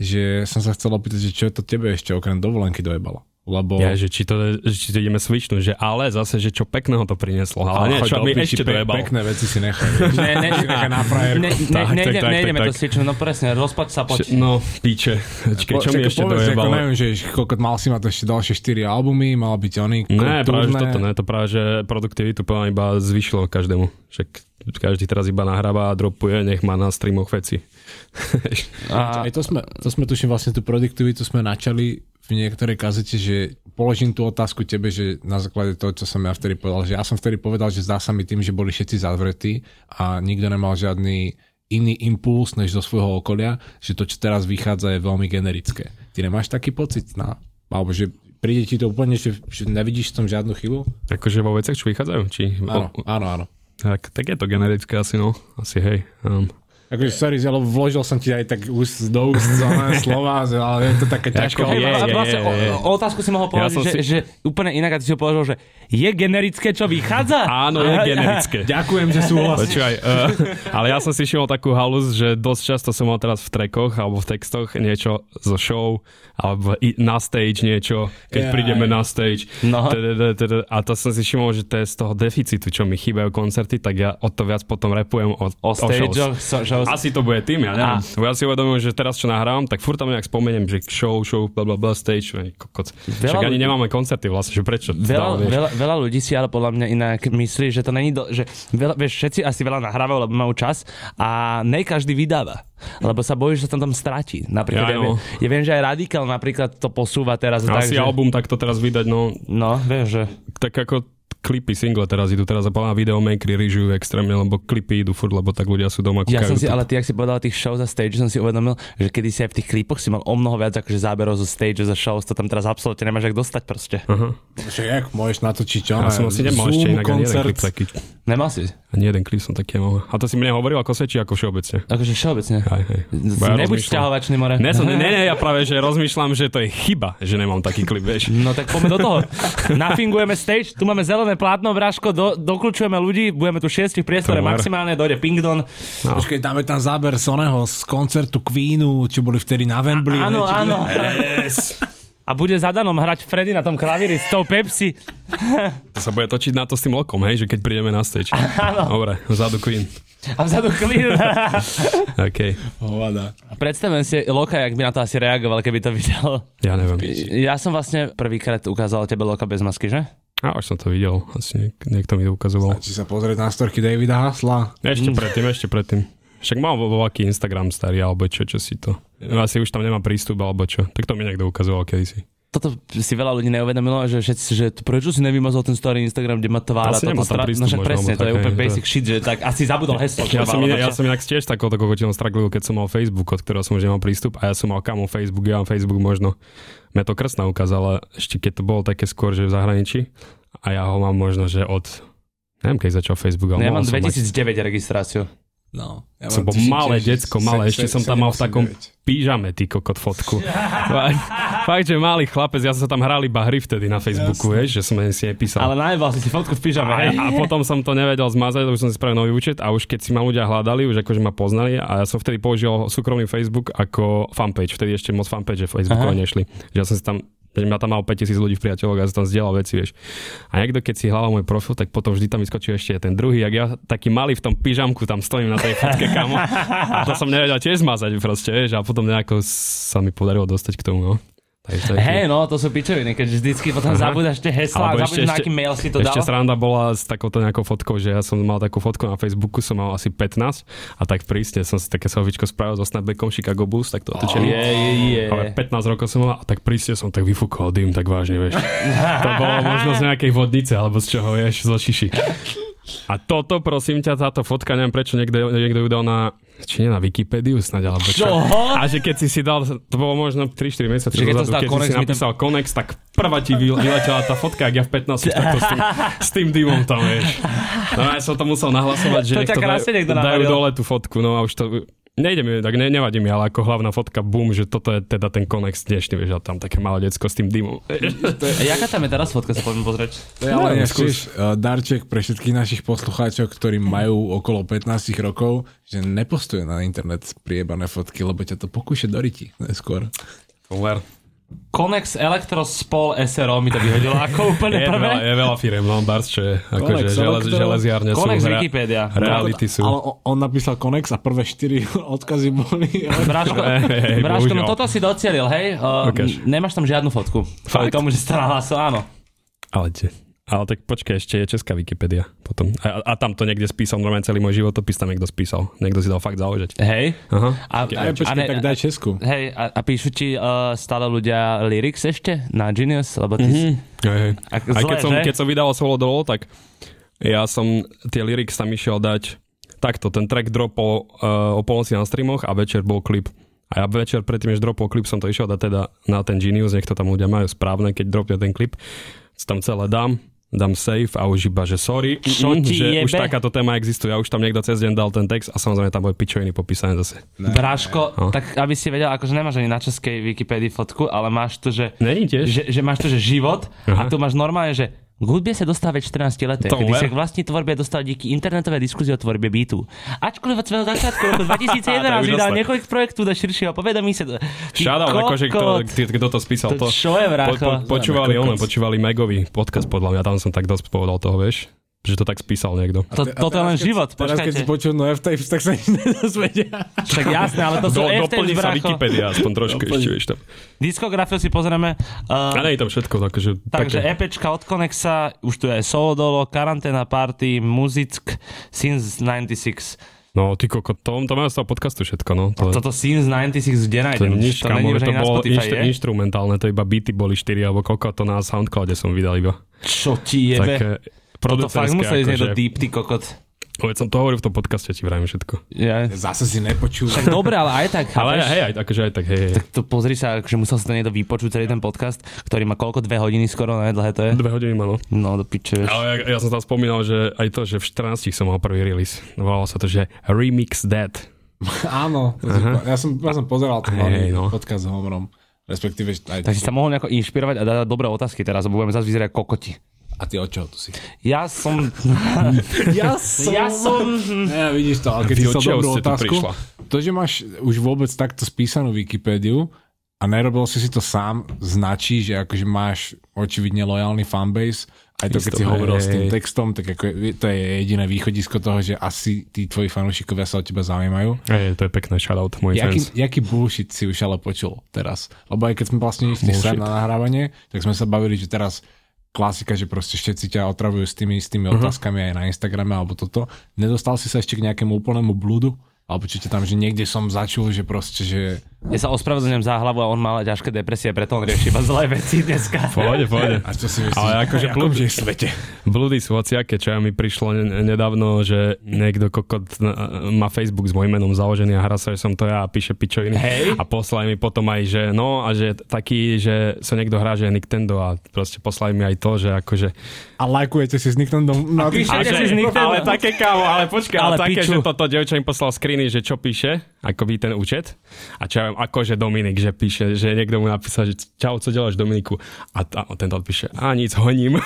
[SPEAKER 1] že som sa chcel opýtať, že čo to tebe ešte okrem dovolenky dojebalo. Lebo...
[SPEAKER 3] Ja, že či to, že či to ideme svičnúť, že ale zase, že čo pekného to prinieslo. Ale, nie,
[SPEAKER 1] choď
[SPEAKER 3] čo
[SPEAKER 1] do
[SPEAKER 3] mi
[SPEAKER 1] piči,
[SPEAKER 3] ešte
[SPEAKER 1] pe-
[SPEAKER 3] dojebal.
[SPEAKER 1] Pekné veci si nechaj. vieš.
[SPEAKER 2] Ne, ne,
[SPEAKER 1] Si nechaj na frajerku.
[SPEAKER 2] ne, ne,
[SPEAKER 3] Tak,
[SPEAKER 2] nejde-
[SPEAKER 3] tak, tak,
[SPEAKER 2] nejdeme
[SPEAKER 3] tak,
[SPEAKER 2] to
[SPEAKER 3] tak.
[SPEAKER 2] svičnúť, no presne, rozpad sa, poď.
[SPEAKER 3] No, píče. Počkej, čo mi
[SPEAKER 1] Čakaj,
[SPEAKER 3] ešte
[SPEAKER 1] povedz, Ako
[SPEAKER 3] dojebalo?
[SPEAKER 1] neviem, že koľko mal si mať ešte ďalšie 4 albumy, mal byť oný
[SPEAKER 3] Ne, práve že
[SPEAKER 1] kultúrne.
[SPEAKER 3] toto ne, to práve, že produktivitu plne iba zvyšilo každému. Však každý teraz iba nahráva a dropuje, nech má na streamoch veci.
[SPEAKER 2] A-
[SPEAKER 1] Aj to sme, to sme tuším vlastne tú produktivitu sme načali v niektorej kazete, že položím tú otázku tebe, že na základe toho, čo som ja vtedy povedal, že ja som vtedy povedal, že zdá sa mi tým, že boli všetci zavretí a nikto nemal žiadny iný impuls než zo svojho okolia, že to, čo teraz vychádza, je veľmi generické. Ty nemáš taký pocit na... Alebo že príde ti to úplne, že, že nevidíš v tom žiadnu chybu?
[SPEAKER 3] Akože vo veciach, čo vychádzajú? Či...
[SPEAKER 1] Áno, áno, áno.
[SPEAKER 3] Tak, tak je to generické asi, no. Asi hej. Um,
[SPEAKER 1] Akože sorry, ale vložil som ti aj tak úst do úst zelené slova, ale je to také ťažké.
[SPEAKER 3] Ako je,
[SPEAKER 2] A
[SPEAKER 3] je,
[SPEAKER 2] vlastne
[SPEAKER 3] je, je.
[SPEAKER 2] o- o- otázku si mohol
[SPEAKER 3] Ja
[SPEAKER 2] položiť,
[SPEAKER 3] som
[SPEAKER 2] že,
[SPEAKER 3] si-
[SPEAKER 2] že úplne inak, a ty si ho položil, že je generické, čo vychádza?
[SPEAKER 3] Áno, je
[SPEAKER 2] Aha,
[SPEAKER 3] generické.
[SPEAKER 1] Ďakujem, že súhlasíš.
[SPEAKER 3] Počúvaj, uh, ale ja som si všimol takú halus, že dosť často som mal teraz v trekoch alebo v textoch niečo zo show alebo i- na stage niečo,
[SPEAKER 1] Ja,
[SPEAKER 3] keď prídeme
[SPEAKER 1] aj.
[SPEAKER 3] na stage.
[SPEAKER 2] No.
[SPEAKER 3] Td, td, td. A to som si všimol, že to je z toho deficitu, čo mi chýbajú koncerty, tak ja o to viac potom repujem o,
[SPEAKER 2] O
[SPEAKER 3] shows.
[SPEAKER 2] stage so, shows.
[SPEAKER 3] Asi to bude tým, ja
[SPEAKER 2] A.
[SPEAKER 3] neviem. Lebo Ja si uvedomím, že teraz čo nahrávam, tak furt tam nejak spomeniem, že show, show, bla bla bla, stage, veď, kokot.
[SPEAKER 2] Veľa
[SPEAKER 3] Však ani
[SPEAKER 2] ľudí-
[SPEAKER 3] nemáme koncerty vlastne, že prečo?
[SPEAKER 2] Veľa,
[SPEAKER 3] Dám, vieš.
[SPEAKER 2] veľa, veľa ľudí si ale podľa mňa inak myslí, že to není, do, že veľa, vieš, všetci asi veľa nahrávajú, lebo majú čas a ne každý vydáva, lebo sa bojí, že sa tam, tam stratí. Napríklad, ja, ja,
[SPEAKER 3] Ja, no.
[SPEAKER 2] viem, ja viem, že aj Radikál napríklad to posúva teraz. tak,
[SPEAKER 3] Asi
[SPEAKER 2] že,
[SPEAKER 3] album takto teraz vydať, no
[SPEAKER 2] No, vieš, že...
[SPEAKER 3] tak ako klipy, single teraz idú, teraz a podľa mňa videomakery rýžujú extrémne, lebo klipy idú furt, lebo tak ľudia sú doma,
[SPEAKER 2] Ja
[SPEAKER 3] kúkajú
[SPEAKER 2] som si,
[SPEAKER 3] to.
[SPEAKER 2] ale ty, ak si povedal tých show za stage, som si uvedomil, že kedy si aj v tých klipoch si mal o mnoho viac akože záberov zo stage, zo show, to tam teraz absolútne nemáš jak dostať proste.
[SPEAKER 3] Aha.
[SPEAKER 1] Však jak môžeš natočiť čo?
[SPEAKER 3] Ja som asi nemal ešte inak ani jeden klip taký.
[SPEAKER 2] Nemal si?
[SPEAKER 3] Ani jeden klip som taký nemal. A to si mne hovoril ako svedčí, ako všeobecne.
[SPEAKER 2] Akože všeobecne.
[SPEAKER 3] Aj, hej. Bo ja
[SPEAKER 2] Nebuď
[SPEAKER 3] rozmýšľam.
[SPEAKER 2] šťahovačný, more.
[SPEAKER 3] Ne, som, ne, ne, ja práve, že rozmýšľam, že to je chyba, že nemám taký klip, vieš.
[SPEAKER 2] No tak poďme do toho. Nafingujeme stage, tu máme zelené plátno, Vražko, do, doklúčujeme ľudí, budeme tu šiestich v priestore
[SPEAKER 3] Dobre.
[SPEAKER 2] maximálne, dojde pingdon.
[SPEAKER 3] No,
[SPEAKER 1] Počkej, dáme tam záber Soneho z koncertu Queenu, čo boli vtedy na Wembley.
[SPEAKER 2] Áno,
[SPEAKER 1] ne? Či-
[SPEAKER 2] áno. A bude za danom hrať Freddy na tom klavíri s tou Pepsi.
[SPEAKER 3] To sa bude točiť na to s tým lokom, hej, že keď prídeme na stage. Dobre, vzadu Queen.
[SPEAKER 2] A vzadu clean.
[SPEAKER 3] OK,
[SPEAKER 1] Hovada.
[SPEAKER 2] Predstavujem si Loka, jak by na to asi reagoval, keby to videl.
[SPEAKER 3] ja neviem.
[SPEAKER 2] Ja som vlastne prvýkrát ukázal tebe Loka bez masky, že?
[SPEAKER 3] A už som to videl, asi niek- niekto mi to ukazoval.
[SPEAKER 1] Či sa pozrieť na storky Davida Hasla?
[SPEAKER 3] Ešte
[SPEAKER 2] Mm.
[SPEAKER 3] predtým, ešte predtým. Však mám vo aký Instagram starý, alebo čo, čo si to. Asi už tam nemá prístup, alebo čo. Tak to mi niekto ukazoval kedysi.
[SPEAKER 2] Toto si veľa ľudí neuvedomilo, že všetci, že to, prečo si nevymazal ten starý Instagram, kde má tvár a
[SPEAKER 3] Asi
[SPEAKER 2] toto
[SPEAKER 3] nemá tam prístup
[SPEAKER 2] však
[SPEAKER 3] možno,
[SPEAKER 2] presne,
[SPEAKER 3] alebo
[SPEAKER 2] to je
[SPEAKER 3] tak,
[SPEAKER 2] úplne
[SPEAKER 3] hej,
[SPEAKER 2] basic shit, že tak asi zabudol heslo.
[SPEAKER 3] Ja
[SPEAKER 2] kurva,
[SPEAKER 3] som,
[SPEAKER 2] alebo
[SPEAKER 3] inak, ja
[SPEAKER 2] čo.
[SPEAKER 3] som inak tiež takouto kokotinou straglil, keď som mal Facebook, od ktorého som už nemal prístup a ja som mal kamo Facebook, ja mám Facebook možno. Mne to krsná ukázala, ešte keď to bolo také skôr, že v zahraničí. A ja ho mám možno, že od... Neviem, keď začal Facebook, ale
[SPEAKER 2] No, ja mám
[SPEAKER 3] mal som mať-
[SPEAKER 2] 2009 registráciu.
[SPEAKER 1] No. Ja
[SPEAKER 3] Som bol malé decko, malé, ešte som tam mal v takom pížame, ty kokot, fotku. Fakt- Fakt, že malý chlapec, ja som sa tam hral iba hry vtedy na Facebooku, vieš, že som si nepísal.
[SPEAKER 2] Ale najebal si si fotku v pyžame, hej?
[SPEAKER 3] A, a potom som to nevedel zmazať, lebo som si spravil nový účet a už keď si ma ľudia hľadali, už akože ma poznali a ja som vtedy použil súkromný Facebook ako fanpage. Vtedy ešte moc fanpage Facebookové
[SPEAKER 2] Aha.
[SPEAKER 3] nešli. Že ja som si tam že ma tam malo 5000 ľudí v priateľoch a ja som tam zdieľal veci, vieš. A niekto, keď si hľadal môj profil, tak potom vždy tam vyskočil ešte ten druhý, jak ja taký malý v tom pyžamku tam stojím na tej fotke, kamo. A to som nevedel tiež zmazať proste, vieš, a potom nejako sa mi podarilo dostať k tomu, no. Takže to je-
[SPEAKER 2] Hej, no, to sú pičoviny, keď vždycky potom
[SPEAKER 3] Aha.
[SPEAKER 2] zabúdaš tie heslá,
[SPEAKER 3] Alebo
[SPEAKER 2] zabúdaš
[SPEAKER 3] ešte-
[SPEAKER 2] na aký mail si to dal.
[SPEAKER 3] Ešte sranda bola s takouto nejakou fotkou, že ja som mal takú fotku na Facebooku, som mal asi 15 a tak prísne som si také selfiečko spravil so snapbackom Chicago Bulls, tak
[SPEAKER 2] Je,
[SPEAKER 3] to otočený.
[SPEAKER 2] je, je.
[SPEAKER 3] Ale 15 rokov som mal a tak prísne som tak vyfúkol dym, tak vážne, vieš. To bolo možno z nejakej vodnice, alebo z čoho, vieš, zo šiši. A toto, prosím ťa, táto fotka, neviem prečo, niekto, niekto ju dal na, či nie na Wikipédiu snáď, alebo čo.
[SPEAKER 2] Čoho?
[SPEAKER 3] A že keď si si dal, to bolo možno 3-4 mesiace
[SPEAKER 2] Že keď som si
[SPEAKER 3] dozadu,
[SPEAKER 2] dal
[SPEAKER 3] keď
[SPEAKER 2] Konex,
[SPEAKER 3] si si
[SPEAKER 2] mi tam-
[SPEAKER 3] napísal Konex, tak prvá ti vy- vyletela tá fotka, ak ja v 15 takto s tým, s tým dymom tam, vieš. No ja som to musel nahlasovať, že
[SPEAKER 2] To ťa
[SPEAKER 3] nech to
[SPEAKER 2] krásne niekto
[SPEAKER 3] dajú
[SPEAKER 2] navaril.
[SPEAKER 3] dole tú fotku, no a už to... Nejde mi, tak ne, nevadí mi, ale ako hlavná fotka, bum, že toto je teda ten Konex dnešný, vieš, a tam také malé decko s tým dymom.
[SPEAKER 2] A Jaká tam je teraz fotka, sa poďme pozrieť?
[SPEAKER 1] Ale
[SPEAKER 3] No,
[SPEAKER 1] neskúš, eh, darček pre všetkých našich poslucháčov, ktorí majú okolo 15 rokov, že nepostuje na internet priebané fotky, lebo ťa to pokúša doriti neskôr.
[SPEAKER 3] Uver.
[SPEAKER 2] Konex Electrospol SRO mi to vyhodilo ako úplne
[SPEAKER 3] Je,
[SPEAKER 2] prvé. no,
[SPEAKER 3] veľa, je veľa firiem, no, bars, čo je, akože
[SPEAKER 1] Konex,
[SPEAKER 3] želez,
[SPEAKER 1] elektro-
[SPEAKER 3] železiarne sú.
[SPEAKER 2] Konex
[SPEAKER 3] hra-
[SPEAKER 2] Wikipedia.
[SPEAKER 3] Reality sú.
[SPEAKER 1] Ale o- on napísal Konex a prvé 4 odkazy boli...
[SPEAKER 2] Bráško,
[SPEAKER 3] Hej, hej, hej,
[SPEAKER 2] Bráško no
[SPEAKER 3] bohužiaľ.
[SPEAKER 2] toto si docielil, hej? Uh, n-
[SPEAKER 3] Ukáž.
[SPEAKER 2] nemáš tam žiadnu fotku. Kvôli
[SPEAKER 3] Fakt?
[SPEAKER 2] tomu, že si to nahlásil, áno.
[SPEAKER 3] Ale, te, ale tak počkaj, ešte je česká Wikipedia potom. A, a tam to niekde spísal, normálne celý môj životopis tam niekto spísal. Niekto si dal fakt založiť.
[SPEAKER 2] Hej?
[SPEAKER 3] Aha.
[SPEAKER 2] A,
[SPEAKER 1] Aj, počkej,
[SPEAKER 2] ne-
[SPEAKER 1] tak daj Česku.
[SPEAKER 2] hej, a, a píšu ti uh, stále ľudia lyrics ešte na Genius? Lebo ty
[SPEAKER 3] Mhm.
[SPEAKER 2] mm-hmm.
[SPEAKER 3] Hej, hej.
[SPEAKER 2] Ak-
[SPEAKER 3] Aj
[SPEAKER 2] zle,
[SPEAKER 3] keď som,
[SPEAKER 2] že?
[SPEAKER 3] keď som vydal solo dolo, tak ja som tie lyrics tam išiel dať takto, ten track dropol uh, o polnoci na streamoch a večer bol klip. A ja večer predtým, než dropol klip, som to išiel dať teda na ten Genius, nech to tam ľudia majú správne, keď dropne ten klip. Tam celé dám, dám save a už iba, že sorry,
[SPEAKER 2] Čo
[SPEAKER 3] mm,
[SPEAKER 2] ti
[SPEAKER 3] že už
[SPEAKER 2] jebe?
[SPEAKER 3] takáto téma existuje a už tam niekto cez deň dal ten text a samozrejme tam boli pičoviny popísané zase.
[SPEAKER 2] Ne, Bráško, ne.
[SPEAKER 3] No.
[SPEAKER 2] tak aby si vedel, akože nemáš ani na českej Wikipedii fotku, ale máš tu, že,
[SPEAKER 3] Není tiež?
[SPEAKER 2] že, že máš tu, že život Aha. a
[SPEAKER 3] Aha.
[SPEAKER 2] tu máš normálne, že k hudbe sa dostáva ve 14 letech,
[SPEAKER 3] To
[SPEAKER 2] kedy
[SPEAKER 3] ver.
[SPEAKER 2] sa k vlastní tvorbe dostal díky internetové diskuzie o tvorbe beatu. Ačkoliv od svého začiatku roku 2011
[SPEAKER 3] To je
[SPEAKER 2] vydal
[SPEAKER 3] úžasné.
[SPEAKER 2] niekoľko projektov do širšieho povedomí sa... do- Ty
[SPEAKER 3] Shoutout, akože kto,
[SPEAKER 2] kokot.
[SPEAKER 3] kto, kto to spísal,
[SPEAKER 2] To
[SPEAKER 3] to,
[SPEAKER 2] čo je, vracho?
[SPEAKER 3] počúvali
[SPEAKER 1] Kokos.
[SPEAKER 3] ono, počúvali Megovi podcast podľa mňa, tam som tak dosť povedal toho, vieš, že to tak spísal niekto.
[SPEAKER 2] To, toto je len život,
[SPEAKER 1] Teraz keď si
[SPEAKER 2] počkajte.
[SPEAKER 1] počul no F-tapes, tak sa nič nedozvedia.
[SPEAKER 2] Však jasné, ale to sú
[SPEAKER 3] Do,
[SPEAKER 2] F-tapes,
[SPEAKER 3] doplní sa
[SPEAKER 2] bracho.
[SPEAKER 3] Wikipedia aspoň trošku ešte, vieš tam.
[SPEAKER 2] Diskografiu si pozrieme. Uh,
[SPEAKER 3] A nie je tam všetko, akože,
[SPEAKER 2] Takže
[SPEAKER 3] také.
[SPEAKER 2] EPčka od Konexa, už tu je aj solo dolo, karanténa party, muzick, Sins 96.
[SPEAKER 3] No, ty koko, to, to máme z toho podcastu všetko, no. To,
[SPEAKER 2] Toto Sins 96 kde
[SPEAKER 3] to, je
[SPEAKER 2] nájdem?
[SPEAKER 3] nič,
[SPEAKER 2] to není
[SPEAKER 3] kamo,
[SPEAKER 2] už
[SPEAKER 3] to
[SPEAKER 2] ani na
[SPEAKER 3] bolo
[SPEAKER 2] Spotify,
[SPEAKER 3] inštru-
[SPEAKER 2] je?
[SPEAKER 3] instrumentálne, to iba beaty boli 4 alebo koľko, to na Soundcloude som vydal iba.
[SPEAKER 2] Čo ti jebe?
[SPEAKER 3] Také
[SPEAKER 2] Toto fakt museli ísť do
[SPEAKER 3] akože,
[SPEAKER 2] deep, ty kokot.
[SPEAKER 3] Veď som to hovoril v tom podcaste, ti vravím všetko.
[SPEAKER 2] Ja.
[SPEAKER 1] Zase si nepočul.
[SPEAKER 2] Tak dobre, ale aj tak,
[SPEAKER 3] Ale
[SPEAKER 2] chápeš?
[SPEAKER 3] hej, aj, akože aj tak, hej, hej.
[SPEAKER 2] To pozri sa, že musel si to niekto vypočuť celý ten podcast, ktorý má koľko? Dve hodiny skoro, ne? Dlhé to je?
[SPEAKER 3] Dve hodiny malo.
[SPEAKER 2] No, do piče, vieš.
[SPEAKER 3] Ale ja, ja som tam spomínal, že aj to, že v 14 som mal prvý release. Volalo sa to, že Remix Dead.
[SPEAKER 1] Áno, to si po- ja som, ja som pozeral ten hey,
[SPEAKER 3] Hej, no.
[SPEAKER 1] podcast s Homerom. Respektíve, aj
[SPEAKER 2] Tak si sa mohol nejako inšpirovať a dať dobré otázky teraz, lebo budeme zase vyzerať ako kokoti.
[SPEAKER 1] a ty od čoho tu si?
[SPEAKER 2] Ja som...
[SPEAKER 1] Ja som...
[SPEAKER 2] ja som...
[SPEAKER 1] Ja, vidíš to, ale keď
[SPEAKER 3] Vy
[SPEAKER 1] si
[SPEAKER 3] od
[SPEAKER 1] chcel
[SPEAKER 3] čoho
[SPEAKER 1] dobrú
[SPEAKER 3] ste tu
[SPEAKER 1] otázku,
[SPEAKER 3] prišla?
[SPEAKER 1] to, že máš už vôbec takto spísanú Wikipédiu a nerobil si si to sám, značí, že akože máš očividne lojálny fanbase, aj to, keď
[SPEAKER 3] Isto,
[SPEAKER 1] si hovoril s tým
[SPEAKER 3] hej.
[SPEAKER 1] textom, tak ako je, to je jediné východisko toho, že asi tí tvoji fanúšikovia sa o teba zaujímajú.
[SPEAKER 3] Hej, to je pekné, shoutout, môj
[SPEAKER 1] Jaký,
[SPEAKER 3] friends.
[SPEAKER 1] jaký bullshit si už ale počul teraz? Lebo aj keď sme vlastne išli sem
[SPEAKER 3] Bullshit.
[SPEAKER 1] na nahrávanie, tak sme sa bavili, že teraz klasika, že proste všetci ťa otravujú s tými istými uh-huh. otázkami aj na Instagrame alebo toto. Nedostal si sa ešte k nejakému úplnému blúdu? Alebo či ťa tam, že niekde som začul, že proste, že...
[SPEAKER 2] Ja sa ospravedlňujem za hlavu a on má ťažké depresie, preto on rieši iba zlé veci dneska.
[SPEAKER 3] Pohode, pohode.
[SPEAKER 1] A čo si myslíš?
[SPEAKER 3] Ale akože blúd-
[SPEAKER 1] že svete.
[SPEAKER 3] Blúdy sú hociaké, čo ja mi prišlo ne- nedávno, že niekto kokot na- má Facebook s mojim menom založený a hra sa, že som to ja a píše pičoviny.
[SPEAKER 2] Hej.
[SPEAKER 3] A poslali mi potom aj, že no a že taký, že sa niekto hrá, že je Nintendo a proste poslali mi aj to, že akože...
[SPEAKER 1] A lajkujete si s Niktom dom... Na
[SPEAKER 2] píšete
[SPEAKER 1] Twitteri?
[SPEAKER 2] si s Nintendo.
[SPEAKER 3] ale také kámo, ale počkaj,
[SPEAKER 2] Ale
[SPEAKER 3] ale, také,
[SPEAKER 2] piču.
[SPEAKER 3] že toto dievča im poslal screeny, že čo píše, akoby ten účet. A čo ja viem, akože Dominik, že píše, že niekto mu napísal, že čau, co deláš Dominiku? A, t- a tento píše, a nic, honím.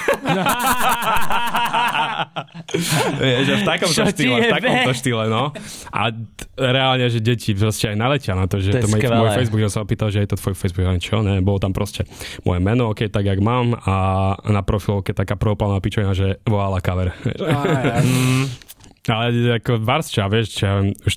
[SPEAKER 3] Je, že v takomto
[SPEAKER 2] Čo ti
[SPEAKER 3] štýle, v
[SPEAKER 2] jebe?
[SPEAKER 3] takomto štýle, no. A t- reálne, že deti proste aj naletia na to, že
[SPEAKER 2] To je
[SPEAKER 3] to, to môj,
[SPEAKER 2] skvelé.
[SPEAKER 3] môj Facebook, ja sa opýtal, že je to tvoj Facebook, ja čo, ne, bolo tam proste moje meno, ok, tak jak mám a na profilovke taká prvoplánová pičovina, že volala cover.
[SPEAKER 1] Á, ja-
[SPEAKER 3] Ale ako varsča, vieš, čo ja viem, už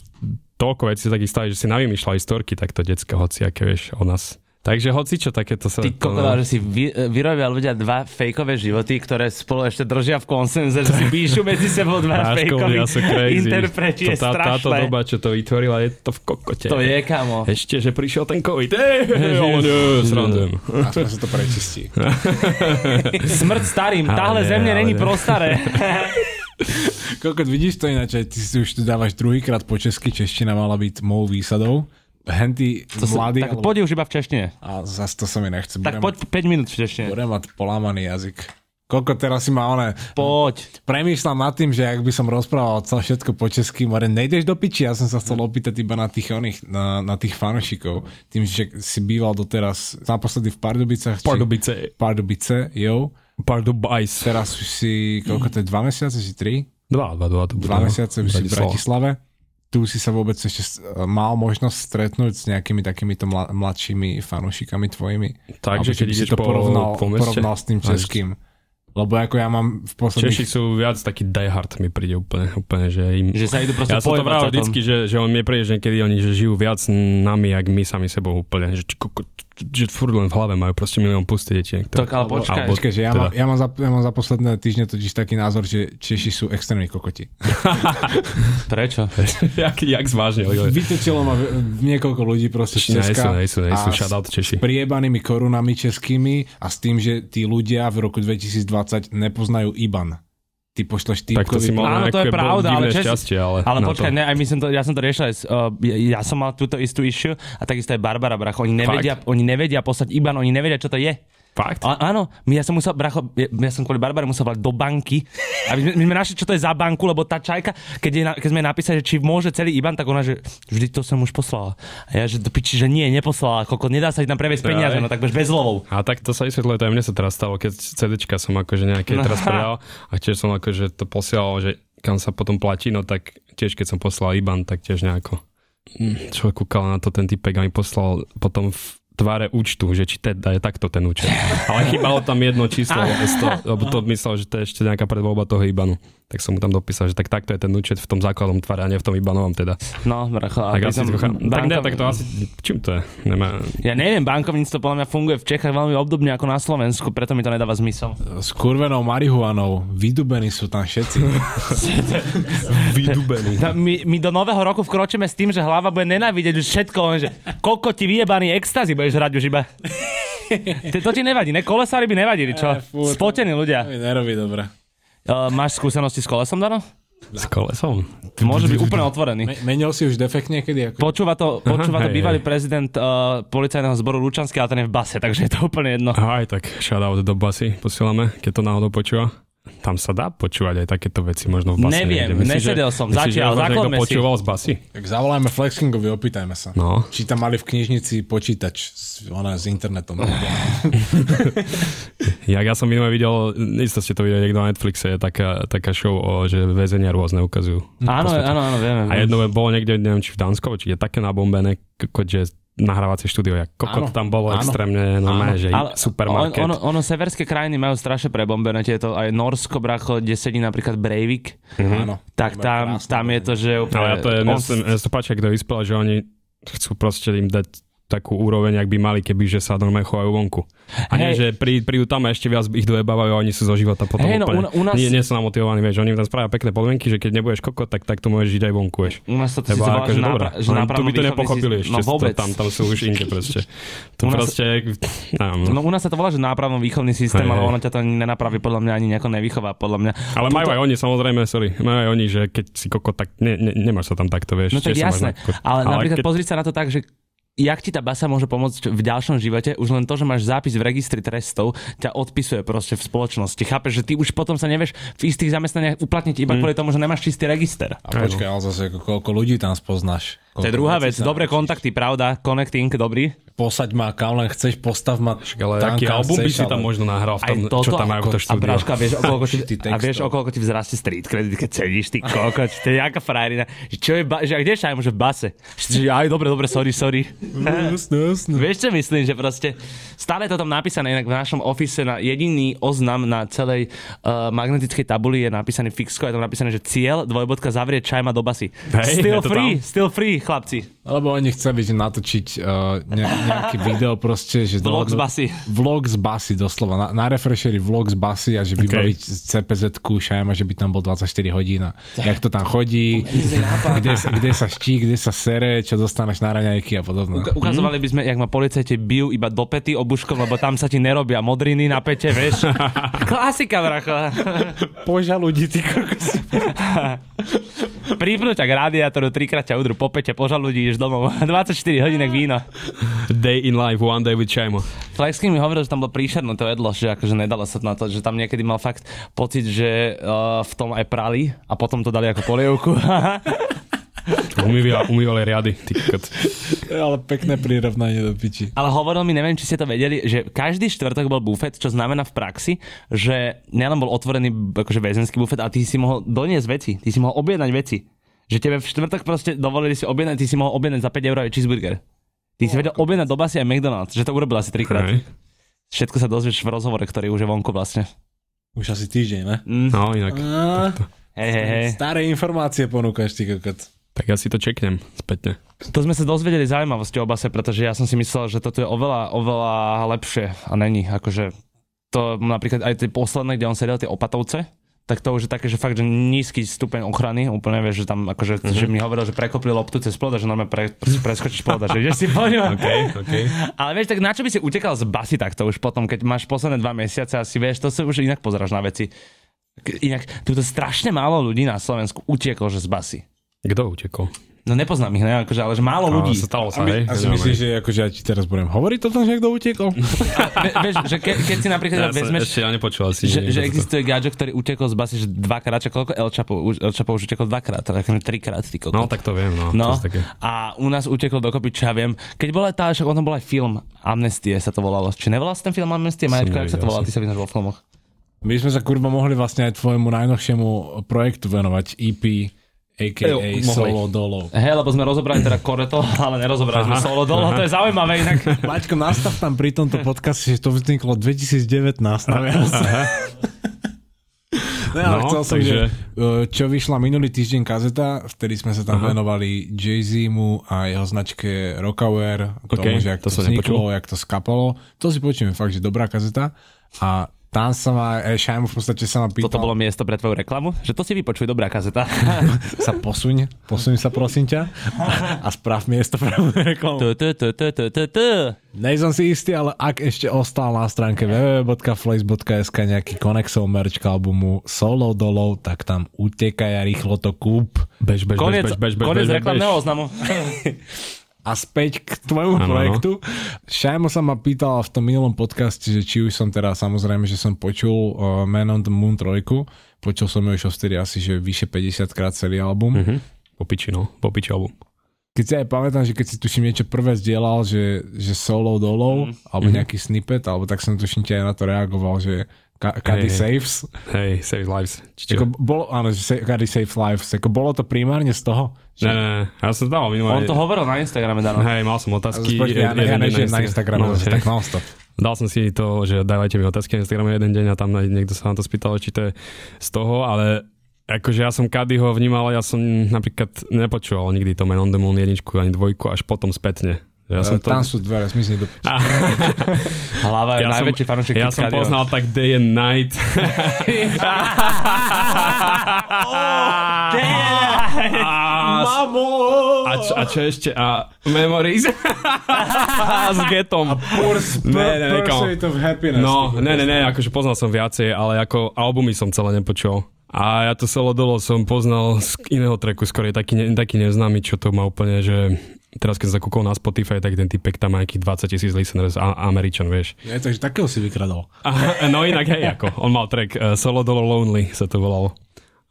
[SPEAKER 3] toľko vecí takých stali, že si navymýšľali storky takto detské hociaké, vieš, o nás. Takže hoci čo takéto sa...
[SPEAKER 2] Ty
[SPEAKER 3] to-
[SPEAKER 2] kokota, že si vy, vyrobia ľudia dva fejkové životy, ktoré spolu ešte držia v konsenze, že si píšu medzi sebou dva
[SPEAKER 3] Náš
[SPEAKER 2] fejkové
[SPEAKER 3] kolia sú crazy.
[SPEAKER 2] interpreti, je
[SPEAKER 3] To tá, táto
[SPEAKER 2] strašné.
[SPEAKER 3] doba, čo to vytvorila, je to v kokote.
[SPEAKER 2] To je, kamo.
[SPEAKER 3] Ešte, že prišiel ten COVID. Ej, ale nie, srandujem.
[SPEAKER 1] Aspoň sa to prečistí.
[SPEAKER 2] Smrť starým,
[SPEAKER 3] Ale
[SPEAKER 2] táhle
[SPEAKER 3] nie,
[SPEAKER 2] zem mne
[SPEAKER 3] ale
[SPEAKER 2] není
[SPEAKER 3] nie.
[SPEAKER 2] pro staré.
[SPEAKER 1] Koľko vidíš to ináč, aj ty si už tu dávaš druhýkrát po česky, čeština mala byť mou výsadou. Henty
[SPEAKER 2] To sú-
[SPEAKER 1] mladý,
[SPEAKER 2] Tak
[SPEAKER 1] alebo-
[SPEAKER 2] poď už iba v češtine.
[SPEAKER 1] a zas to sa mi nechce.
[SPEAKER 2] Tak
[SPEAKER 1] Budem,
[SPEAKER 2] poď 5 minút v češtine.
[SPEAKER 1] budem mať polámaný jazyk. Koľko teraz si má one.
[SPEAKER 2] Poď.
[SPEAKER 1] Premýšľam nad tým, že ak by som rozprával celé všetko po česky, more, nejdeš do piči, ja som sa chcel opýtať iba na tých oných, na, na tých fanúšikov. Tým, že si býval doteraz naposledy v Pardubicách. či-
[SPEAKER 3] Pardubice.
[SPEAKER 1] Pardubice, jo.
[SPEAKER 3] Pardubice.
[SPEAKER 1] Teraz už si, koľko to je, dva mesiace, či tri?
[SPEAKER 3] Dva, dva, dva. To bude,
[SPEAKER 1] dva
[SPEAKER 3] no.
[SPEAKER 1] mesiace už si v
[SPEAKER 3] Bratislava.
[SPEAKER 1] Bratislave. Tu si sa vôbec ešte s- mal možnosť stretnúť s nejakými takýmito mla- mladšími fanúšikami tvojimi.
[SPEAKER 3] Takže
[SPEAKER 1] Alebo
[SPEAKER 3] keď
[SPEAKER 1] by si
[SPEAKER 3] ideš
[SPEAKER 1] to
[SPEAKER 3] po-
[SPEAKER 1] porovnal,
[SPEAKER 3] po meste?
[SPEAKER 1] porovnal s tým
[SPEAKER 3] Aj.
[SPEAKER 1] českým. Lebo ako ja mám v posledných...
[SPEAKER 3] Češi sú viac taký diehard mi príde úplne, úplne že im...
[SPEAKER 2] Že sa idú proste
[SPEAKER 3] ja som
[SPEAKER 2] pojebať
[SPEAKER 3] to
[SPEAKER 2] za
[SPEAKER 3] vravil
[SPEAKER 2] tom.
[SPEAKER 3] vždycky, že, že on mi príde, že niekedy oni že žijú viac nami, jak my sami sebou úplne. Že, či koko- že furt len v hlave majú proste milión pusté deti.
[SPEAKER 2] Tak ale
[SPEAKER 1] Alebo-
[SPEAKER 2] počkaj.
[SPEAKER 1] Počkaj, že ja,
[SPEAKER 3] teda.
[SPEAKER 1] mám, ja, mám za, ja mám za posledné týždne totiž taký názor, že Češi sú extrémni kokoti.
[SPEAKER 2] Prečo?
[SPEAKER 3] jak, jak zvážne. ale-
[SPEAKER 1] Vytočilo ma v- v- niekoľko ľudí proste z
[SPEAKER 3] Nie sú,
[SPEAKER 1] Česka.
[SPEAKER 3] nie sú, nie sú.
[SPEAKER 1] a s
[SPEAKER 3] Shoutout Češi.
[SPEAKER 1] priebanými korunami českými a s tým, že tí ľudia v roku 2020 nepoznajú IBAN. Ty pošleš
[SPEAKER 3] Tak to
[SPEAKER 1] týpkovi...
[SPEAKER 3] si mal
[SPEAKER 2] Áno, to je
[SPEAKER 3] nejaké bol-
[SPEAKER 2] pravda, ale
[SPEAKER 3] divné
[SPEAKER 2] Česi-
[SPEAKER 3] šťastie, ale...
[SPEAKER 2] Ale
[SPEAKER 3] na
[SPEAKER 2] počkaj,
[SPEAKER 3] to.
[SPEAKER 2] ne, aj my som to, ja som to riešil, aj s, uh, ja, ja som mal túto istú issue a takisto aj Barbara Brach, oni nevedia, oni nevedia poslať IBAN, oni nevedia, čo to je.
[SPEAKER 3] Fakt?
[SPEAKER 2] A, áno, my, ja som musel, bracho, ja, ja som kvôli Barbare musel volať do banky, aby sme, my sme našli, čo to je za banku, lebo tá čajka, keď, je, na- keď sme jej napísali, že či môže celý IBAN, tak ona, že vždy to som už poslala. A ja, že do piči, že nie, neposlala, koko, nedá sa ti tam
[SPEAKER 3] Teda,
[SPEAKER 2] previesť peniaze, no tak budeš bez lovou.
[SPEAKER 3] A tak to sa vysvetľuje, to aj mne sa teraz stalo, keď CDčka som akože
[SPEAKER 2] No.
[SPEAKER 3] nejaké teraz predal a tiež som akože to posielal, že kam sa potom platí, no tak tiež keď som poslal IBAN, tak tiež nejako Hm, čo kúkal na to ten typek a mi poslal potom v tváre účtu, že či teda je takto ten účet. Ale chýbalo tam jedno číslo, z toho, lebo to myslel, že to je ešte nejaká predvoľba toho IBANu. Tak som mu tam dopísal, že tak takto je ten účet v tom základnom tvare a nie v tom IBANovom teda.
[SPEAKER 2] No, bracho, a
[SPEAKER 3] Tak,
[SPEAKER 2] pri
[SPEAKER 3] asi,
[SPEAKER 2] tom
[SPEAKER 3] trocha- tak ne,
[SPEAKER 2] bankom-
[SPEAKER 3] tak to asi, čím to je? Nemá,
[SPEAKER 2] Ja neviem, bankovníctvo podľa mňa funguje v Čechách veľmi obdobne ako na Slovensku, preto mi to nedáva zmysel.
[SPEAKER 1] S kurvenou marihuanou, vydubení sú tam všetci.
[SPEAKER 3] Vydubený.
[SPEAKER 2] Tá, my, my, do nového roku vkročíme s tým, že hlava bude nenávidieť už všetko, lenže koľko ti vyjebaný extazy budeš hrať už iba. Ty- to ti nevadí, ne? Kolesári by nevadili, čo?
[SPEAKER 1] Eh, fú, to-
[SPEAKER 2] Spotení
[SPEAKER 1] To
[SPEAKER 2] ľudia.
[SPEAKER 1] mi nerobí dobre.
[SPEAKER 2] Uh, máš skúsenosti s kolesom, Dano?
[SPEAKER 3] S kolesom?
[SPEAKER 2] Môže byť úplne otvorený.
[SPEAKER 1] Me- menil si už defekt niekedy? Ako...
[SPEAKER 2] Počúva to, počúva to
[SPEAKER 3] hej,
[SPEAKER 2] bývalý
[SPEAKER 3] hej.
[SPEAKER 2] prezident uh, policajného zboru Lučanský, ale ten je v base, takže je to úplne jedno.
[SPEAKER 3] Aj tak, shoutout do basy posielame, keď to náhodou počúva. Tam sa dá počúvať aj takéto veci, možno v base.
[SPEAKER 2] Neviem,
[SPEAKER 3] niekde.
[SPEAKER 2] nesedel
[SPEAKER 3] že-
[SPEAKER 2] som, zatiaľ,
[SPEAKER 3] myslíš, že možno niekto
[SPEAKER 2] zaklopme si.
[SPEAKER 3] počúval z basy?
[SPEAKER 1] Tak zavolajme Flexkingovi, opýtajme sa.
[SPEAKER 3] No.
[SPEAKER 1] Či tam mali v knižnici počítač s, ona, s internetom.
[SPEAKER 2] Mhm.
[SPEAKER 3] Ja, ja som minulé videl, isto ste to videli, niekto na Netflixe je taká, taká show, o, že väzenia rôzne ukazujú.
[SPEAKER 2] Áno,
[SPEAKER 3] podstate.
[SPEAKER 2] áno, áno, vieme.
[SPEAKER 3] A jedno bolo niekde, neviem, či v Dánsku, či je také nabombené, kokot, že nahrávacie štúdio, jak
[SPEAKER 1] Áno,
[SPEAKER 3] kokot tam bolo
[SPEAKER 1] áno.
[SPEAKER 3] extrémne, normálne, že supermarket.
[SPEAKER 2] On, ono, ono, severské krajiny majú strašne prebombené tieto, aj Norsko, bracho, kde sedí napríklad Breivik,
[SPEAKER 1] Áno.
[SPEAKER 2] tak
[SPEAKER 1] Iba
[SPEAKER 2] tam,
[SPEAKER 1] krásne.
[SPEAKER 2] tam je to, že úplne...
[SPEAKER 3] Ale No, ja to je, mne
[SPEAKER 2] on-
[SPEAKER 3] sa- mne sa to páči, kto vyspel, že oni chcú proste im dať takú úroveň, ak by mali, keby že sa normálne chovajú vonku. A nie,
[SPEAKER 2] Hej.
[SPEAKER 3] že prí, prídu tam a ešte viac ich dojebávajú a oni sú zo života potom
[SPEAKER 2] Hej, no,
[SPEAKER 3] úplne,
[SPEAKER 2] u- u nás-
[SPEAKER 3] nie, nie sú namotivovaní, vieš, oni im tam spravia pekné podmienky, že keď nebudeš kokot, tak takto môžeš žiť aj vonku, vieš.
[SPEAKER 2] U nás to si
[SPEAKER 3] Lebo
[SPEAKER 2] sa volá,
[SPEAKER 3] akože
[SPEAKER 2] že, na,
[SPEAKER 3] dobré,
[SPEAKER 2] že
[SPEAKER 3] len
[SPEAKER 2] na
[SPEAKER 3] tu by to
[SPEAKER 2] pravom
[SPEAKER 3] nepochopili
[SPEAKER 2] výchove si- No
[SPEAKER 3] ešte, to
[SPEAKER 2] vôbec.
[SPEAKER 3] tam, tam sú už inde proste. To
[SPEAKER 2] U nás-
[SPEAKER 3] proste, neviem,
[SPEAKER 2] No u nás sa to volá, že nápravno výchovný systém,
[SPEAKER 3] Hej,
[SPEAKER 2] ale
[SPEAKER 3] hej.
[SPEAKER 2] ono ťa to ani nenapraví, podľa mňa ani nejako nevychová, podľa mňa.
[SPEAKER 3] Ale
[SPEAKER 2] Tuto-
[SPEAKER 3] majú aj oni, samozrejme, sorry. Majú aj oni, že keď si koko, tak ne, ne, nemáš sa tam takto, vieš.
[SPEAKER 2] No tak
[SPEAKER 3] tiež sa máš
[SPEAKER 2] jasné,
[SPEAKER 3] na kokot.
[SPEAKER 2] ale, napríklad
[SPEAKER 3] keď-
[SPEAKER 2] pozrieť sa na to tak, že jak ti tá basa môže pomôcť v ďalšom živote, už len to, že máš zápis v registri trestov, ťa odpisuje proste v spoločnosti. Chápeš, že ty už potom sa nevieš v istých zamestnaniach uplatniť iba kvôli tomu, že nemáš čistý register.
[SPEAKER 1] A počkaj, ale zase ako, koľko ľudí tam spoznáš.
[SPEAKER 2] To je
[SPEAKER 1] Koľko
[SPEAKER 2] druhá
[SPEAKER 1] vecí
[SPEAKER 2] vec,
[SPEAKER 1] tam-
[SPEAKER 2] dobré kontakty, pravda, connecting, dobrý.
[SPEAKER 1] Posaď ma, kam len chceš, postav ma.
[SPEAKER 3] Ale
[SPEAKER 1] tam,
[SPEAKER 3] taký
[SPEAKER 1] kam
[SPEAKER 3] album by
[SPEAKER 1] chceš,
[SPEAKER 3] si tam
[SPEAKER 1] ale-
[SPEAKER 3] možno nahral, v
[SPEAKER 2] Aj
[SPEAKER 3] tom,
[SPEAKER 2] toto,
[SPEAKER 3] čo tam majú v to
[SPEAKER 2] a
[SPEAKER 3] štúdio.
[SPEAKER 2] bráška, vieš, o koľko ti,
[SPEAKER 1] Určitý
[SPEAKER 2] a vieš,
[SPEAKER 1] textov.
[SPEAKER 2] o koľko ti vzrastie street credit, keď sedíš, ty kokot, to je jaká frajerina. Že Čo je, ba- že a kde šajmo, že v base? Že aj dobre, dobre, sorry, sorry.
[SPEAKER 1] Jasné, jasné.
[SPEAKER 2] Vieš, čo myslím, že proste stále je to tam napísané, inak v našom ofise na jediný oznam na celej uh, magnetickej tabuli je napísaný fixko, je tam napísané, že cieľ, dvojbodka, zavrieť čajma do basy.
[SPEAKER 3] Hej,
[SPEAKER 2] still
[SPEAKER 3] je to
[SPEAKER 2] free,
[SPEAKER 3] tam?
[SPEAKER 2] still free, chlapci.
[SPEAKER 1] Lebo oni chceli že natočiť uh, ne, nejaké video proste, že...
[SPEAKER 2] Vlog z
[SPEAKER 1] dohodnú-
[SPEAKER 2] basy.
[SPEAKER 1] Vlog z basy, doslova. Na, na refresheri vlog z basy a že vybaviť CPZ-ku šajma, že by tam bol 24 hodín a jak to tam chodí, kde, sa- kde sa ští, kde sa sere, čo dostaneš na raňajky a podobne.
[SPEAKER 2] Uka- Ukazovali by sme, jak ma policajti bijú iba do pety obuškom, lebo tam sa ti nerobia modriny na pete, vieš. Klasika, bracho.
[SPEAKER 1] Poža ľudí, ty kokos.
[SPEAKER 2] Prípnú ťa k radiátoru, trikrát ťa udru po pete, požal ľudí, ideš domov. 24 hodinek víno.
[SPEAKER 3] Day in life, one day with Chimo.
[SPEAKER 2] Flexkin mi hovoril, že tam bolo príšerné to jedlo, že akože nedalo sa na to, že tam niekedy mal fakt pocit, že uh, v tom aj prali a potom to dali ako polievku.
[SPEAKER 3] Umývali, umývali riady, ty kokot.
[SPEAKER 1] Ale pekné prirovnanie do piči.
[SPEAKER 2] Ale hovoril mi, neviem, či ste to vedeli, že každý štvrtok bol bufet, čo znamená v praxi, že nielen bol otvorený akože väzenský bufet, a ty si mohol doniesť veci, ty si mohol objednať veci. Že tebe v štvrtok proste dovolili si objednať, ty si mohol objednať za 5 eur aj cheeseburger. Ty si vedel objednať do basy aj McDonald's, že to urobil asi trikrát.
[SPEAKER 3] Hej.
[SPEAKER 2] Všetko sa dozvieš v rozhovore, ktorý už je vonku vlastne.
[SPEAKER 1] Už asi týždeň, ne?
[SPEAKER 2] Mm.
[SPEAKER 3] No inak,
[SPEAKER 1] Á,
[SPEAKER 2] Hej, hej, hej.
[SPEAKER 1] Staré informácie ponúkaš, ty kokot.
[SPEAKER 3] tak ja si to čeknem spätne.
[SPEAKER 2] To sme sa dozvedeli zaujímavosti o base, pretože ja som si myslel, že toto je oveľa, oveľa lepšie a není. Akože to napríklad aj tie posledné, kde on sedel, tie opatovce, tak to už je také, že fakt, že nízky stupeň ochrany, úplne vieš, že tam akože, mm-hmm. že mi hovoril, že prekopli loptu cez ploda, že normálne pre, preskočíš ploda, že ideš si po ňom.
[SPEAKER 3] okay.
[SPEAKER 2] Ale vieš, tak na čo by si utekal z basy takto už potom, keď máš posledné dva mesiace asi, vieš, to sa už inak pozráš na veci. K- Inak, tu strašne málo ľudí na Slovensku utieklo, že z basy.
[SPEAKER 3] Kto utekol?
[SPEAKER 2] No nepoznám ich, ne? Akože, ale že málo ľudí.
[SPEAKER 3] Ale stalo sa, hej?
[SPEAKER 1] A si myslíš, že akože ja ti teraz budem hovoriť o tom, že kto utekol?
[SPEAKER 2] Ve, vieš, že ke, keď si napríklad teda
[SPEAKER 3] Ja som
[SPEAKER 2] vezmeš,
[SPEAKER 3] ešte ja nepočul asi.
[SPEAKER 2] že,
[SPEAKER 3] nie,
[SPEAKER 2] že
[SPEAKER 3] toto.
[SPEAKER 2] existuje gadžo, ktorý utekol z basy, že dvakrát, čo koľko El Chapo, už- El Chapo už utekol dvakrát, tak trikrát, ty kokot.
[SPEAKER 3] No, tak to viem, no.
[SPEAKER 2] No,
[SPEAKER 3] To sú také.
[SPEAKER 2] a u nás uteklo dokopy, čo ja viem. Keď bola tá, však o tom bol aj film Amnestie sa to volalo. Či nevolal si ten film Amnestie? Maječko, jak sa to
[SPEAKER 3] nevidel
[SPEAKER 2] volá, ty sa vyznáš vo filmoch.
[SPEAKER 1] My sme sa kurva mohli vlastne aj tvojemu najnovšiemu projektu venovať E EP, a.k.a.
[SPEAKER 2] Jo, mohli.
[SPEAKER 1] Solo Dolov.
[SPEAKER 2] Hej, lebo sme rozobrali teda Koreto, ale nerozobrali sme Solo Dolo, to je zaujímavé inak.
[SPEAKER 1] Maťko, nastav tam pri tomto podcaste, že to vzniklo 2019 na Vianoce. Ne, ale
[SPEAKER 3] No,
[SPEAKER 1] chcel som,
[SPEAKER 3] takže-
[SPEAKER 1] že e, čo vyšla minulý týždeň kazeta, vtedy sme sa tam Aha. venovali Jay-Z mu a jeho značke Rockaware, tomu,
[SPEAKER 3] Ok,
[SPEAKER 1] že jak to,
[SPEAKER 3] to
[SPEAKER 1] to
[SPEAKER 3] som
[SPEAKER 1] vzniklo, jak to skapalo. To si počujeme, fakt, že dobrá kazeta. A tam sa ma, e, Šajmu v podstate sa ma
[SPEAKER 3] No.
[SPEAKER 1] pýtal,
[SPEAKER 2] Toto bolo miesto pre tvoju reklamu, že to si vypočuj, dobrá kazeta.
[SPEAKER 1] sa posuň, posuň sa prosím ťa a sprav miesto pre moju reklamu.
[SPEAKER 2] Tu, tu, tu, tu, tu, tu, tu.
[SPEAKER 1] Nejsem si istý, ale ak ešte ostal na stránke www.flace.sk nejaký Konexov merch k albumu Solo dolov, tak tam utekaj a rýchlo to kúp.
[SPEAKER 3] Bež, bež, bež,
[SPEAKER 2] Koniec,
[SPEAKER 3] bež, bež, bež,
[SPEAKER 2] koniec
[SPEAKER 3] bež, bež,
[SPEAKER 2] reklamného
[SPEAKER 3] bež.
[SPEAKER 2] oznamu.
[SPEAKER 1] A späť k tvojmu ano,
[SPEAKER 3] Áno,
[SPEAKER 1] projektu. Šajmo sa ma pýtal v tom minulom podcaste, že či už som teda, samozrejme, že som počul uh, Man on the Moon 3, počul som ju už vtedy asi, že vyše 50 krát celý album. Mm-hmm.
[SPEAKER 3] Po piči, no. Po piči album.
[SPEAKER 1] Keď si aj pamätám, že keď si tuším niečo prvé zdieľal, že, že solo dolov, mm. alebo nejaký snippet, alebo tak som tuším ťa aj na to reagoval, že Ka- Kady
[SPEAKER 3] Hej, hej.
[SPEAKER 1] Saves.
[SPEAKER 3] Hej, Save Lives. Čiže...
[SPEAKER 1] Ako bolo, áno, že sa- Kady Saves Lives. Ako bolo to primárne z toho?
[SPEAKER 3] Ne,
[SPEAKER 1] Že,
[SPEAKER 3] ne, ne. Ja som dal minulé.
[SPEAKER 2] On to hovoril na Instagrame, Dano.
[SPEAKER 3] Hej, mal som otázky.
[SPEAKER 1] Počkaj, ja,
[SPEAKER 3] jeden
[SPEAKER 1] ja
[SPEAKER 3] deň
[SPEAKER 1] nežijem na Instagrame,
[SPEAKER 3] No,
[SPEAKER 1] no,
[SPEAKER 3] hej.
[SPEAKER 1] tak nonstop.
[SPEAKER 3] Dal som si to, že dávajte mi otázky na Instagrame jeden deň a tam naj- niekto sa na to spýtal, či to je z toho, ale akože ja som Kadyho vnímal, ja som napríklad nepočúval nikdy to Man on the Moon jedničku ani dvojku, až potom spätne. Ja som to...
[SPEAKER 1] E, Tam sú dvere, zmizni do...
[SPEAKER 2] Hlava je
[SPEAKER 3] Ja som-
[SPEAKER 2] najväčší fanúšik.
[SPEAKER 3] Ja
[SPEAKER 2] Kid
[SPEAKER 3] som
[SPEAKER 2] Cudio.
[SPEAKER 3] poznal tak Day and Night. a,
[SPEAKER 1] Mamo!
[SPEAKER 3] a, čo, a čo ešte? A Memories? s getom. Ne, ne, ne, kámo.
[SPEAKER 1] Pursuit of Happiness.
[SPEAKER 3] No, ne, ne, ne, akože poznal som viacej, ale ako albumy som celé nepočul. A ja to solo dolo som poznal z iného tracku, skôr je taký, ne, taký neznámy, čo to má úplne, že teraz keď som sa kúkol na Spotify, tak ten typek tam má nejakých 20 tisíc listeners, a, Američan, vieš.
[SPEAKER 1] Ja, takže takého si vykradol.
[SPEAKER 3] A, no inak hej, ako, on mal track uh, Solo Dolo Lonely sa to volalo.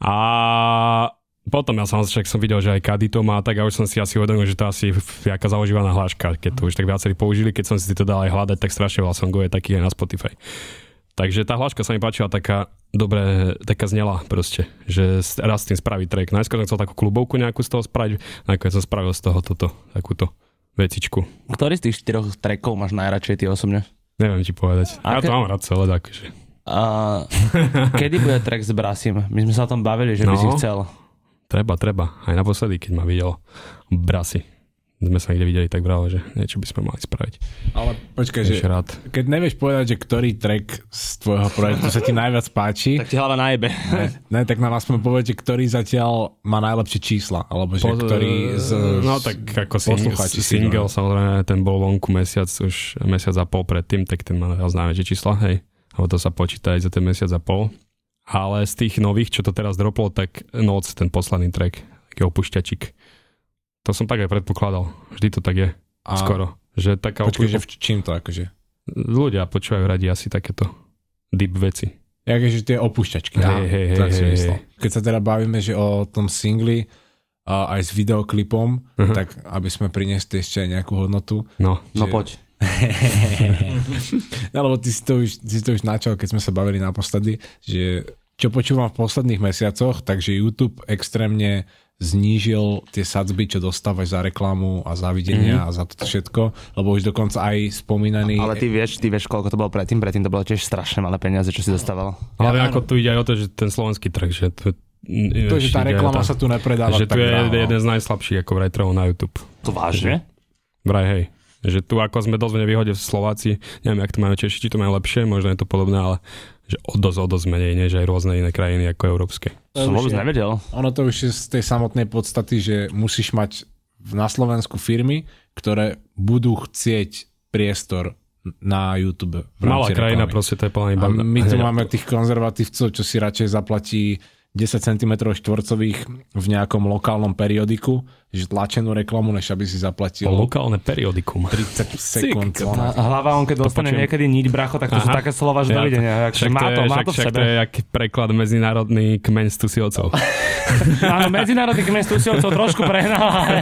[SPEAKER 3] A potom ja som však som videl, že aj Kady to má, tak ja už som si asi uvedomil, že to asi je jaká zaužívaná hláška, keď to už tak viacerí použili, keď som si to dal aj hľadať, tak strašne veľa songov je takých aj na Spotify. Takže tá hláška sa mi páčila taká dobre, taká znela proste, že s- raz s tým spraviť track. Najskôr som chcel takú klubovku nejakú z toho spraviť, nakoniec som spravil z toho toto, takúto vecičku.
[SPEAKER 2] Ktorý z tých štyroch trackov máš najradšej ty osobne?
[SPEAKER 3] Neviem ti povedať. Ja
[SPEAKER 2] Aké-
[SPEAKER 3] to mám rád celé, akože. takže.
[SPEAKER 2] A kedy bude track s Brasim? My sme sa o tom bavili, že by
[SPEAKER 3] No.
[SPEAKER 2] si chcel.
[SPEAKER 3] Treba, treba. Aj naposledy, keď ma videl brasy. Sme sa niekde videli, tak bravo, že niečo by sme mali spraviť.
[SPEAKER 1] Ale počkaj, že
[SPEAKER 3] Ešte rád.
[SPEAKER 1] keď nevieš povedať, že ktorý track z tvojho projektu sa ti najviac páči,
[SPEAKER 2] Tak ti hlava najbe.
[SPEAKER 1] Ne, tak nám aspoň poviete, ktorý zatiaľ má najlepšie čísla, alebo že ktorý z...
[SPEAKER 3] no tak ako sing,
[SPEAKER 1] poslucháči si no.
[SPEAKER 3] single,
[SPEAKER 1] to-
[SPEAKER 3] samozrejme, ten bol vonku mesiac, už mesiac a pol predtým, tak ten má naraz najväčšie čísla, hej. Lebo to sa počíta aj za ten mesiac a pol. Ale z tých nových, čo to teraz droplo, tak noc, ten posledný track, taký opušťačik. To som tak aj predpokladal. Vždy to tak je.
[SPEAKER 1] a,
[SPEAKER 3] A... Skoro. Že taká
[SPEAKER 1] Počkaj, že
[SPEAKER 3] opu-
[SPEAKER 1] v čím to akože?
[SPEAKER 3] ľudia počúvajú radi asi takéto deep veci.
[SPEAKER 1] Jaké, že akože tie opušťačky.
[SPEAKER 3] Hej,
[SPEAKER 1] Á,
[SPEAKER 3] hej, hej,
[SPEAKER 1] tak si
[SPEAKER 3] hej,
[SPEAKER 1] myslel.
[SPEAKER 3] hej.
[SPEAKER 1] Keď sa teda bavíme, že o tom singli a aj s videoklipom,
[SPEAKER 3] Mhm.
[SPEAKER 1] uh-huh. tak aby sme priniesli ešte aj nejakú hodnotu.
[SPEAKER 3] No.
[SPEAKER 2] No poď.
[SPEAKER 1] No, lebo ty si to už, ty si to už načal, keď sme sa bavili naposledy, že čo počúvam v posledných mesiacoch, takže YouTube extrémne znížil tie sadzby, čo dostávaš za reklamu a za videnia mm-hmm. a za toto všetko, lebo už dokonca aj spomínaný...
[SPEAKER 2] Ale ty vieš, ty vieš, koľko to bolo predtým. Predtým to bolo tiež strašné malé peniaze, čo si dostával.
[SPEAKER 3] Ale ako tu ide aj o to, že ten slovenský trh, že tu,
[SPEAKER 1] To, e, že tá reklama sa tu nepredáva.
[SPEAKER 3] že tu
[SPEAKER 1] tak
[SPEAKER 3] je
[SPEAKER 2] no.
[SPEAKER 1] dávno.
[SPEAKER 3] jeden z najslabších ako vraj trhov na YouTube.
[SPEAKER 2] To vážne?
[SPEAKER 3] Vraj hej. Že tu ako sme dosť v nevýhode v Slováci, neviem, jak to majú Češi, či to majú lepšie, možno je to podobné, ale že o dosť, o dosť menej, než aj rôzne iné krajiny ako európske.
[SPEAKER 2] To
[SPEAKER 1] už
[SPEAKER 2] som vôbec
[SPEAKER 1] je-
[SPEAKER 2] nevedel.
[SPEAKER 1] Ono to už je z tej samotnej podstaty, že musíš mať v- na Slovensku firmy, ktoré budú chcieť priestor na YouTube. v
[SPEAKER 3] Malá
[SPEAKER 1] rámci
[SPEAKER 3] krajina,
[SPEAKER 1] reklamy.
[SPEAKER 3] proste to je plná iba...
[SPEAKER 1] A my tu máme tých konzervatívcov, čo si radšej zaplatí 10 cm štvorcových v nejakom lokálnom periodiku, že tlačenú reklamu, než aby si zaplatil
[SPEAKER 3] Lokálne periodikum.
[SPEAKER 1] 30 sekúnd.
[SPEAKER 3] Cik,
[SPEAKER 1] ona-
[SPEAKER 2] A hlava, on keď dostane
[SPEAKER 3] počujem.
[SPEAKER 2] niekedy niť bracho, tak to sú
[SPEAKER 3] Aha.
[SPEAKER 2] také slova, že dovidenia. Akože
[SPEAKER 3] však
[SPEAKER 2] má to,
[SPEAKER 3] je,
[SPEAKER 2] má
[SPEAKER 3] však,
[SPEAKER 2] to v
[SPEAKER 3] však
[SPEAKER 2] sebe.
[SPEAKER 3] to je jak preklad medzinárodný kmeň z tusiocov.
[SPEAKER 2] Áno, medzinárodný kmeň Tusiovcov trošku prehnal, ale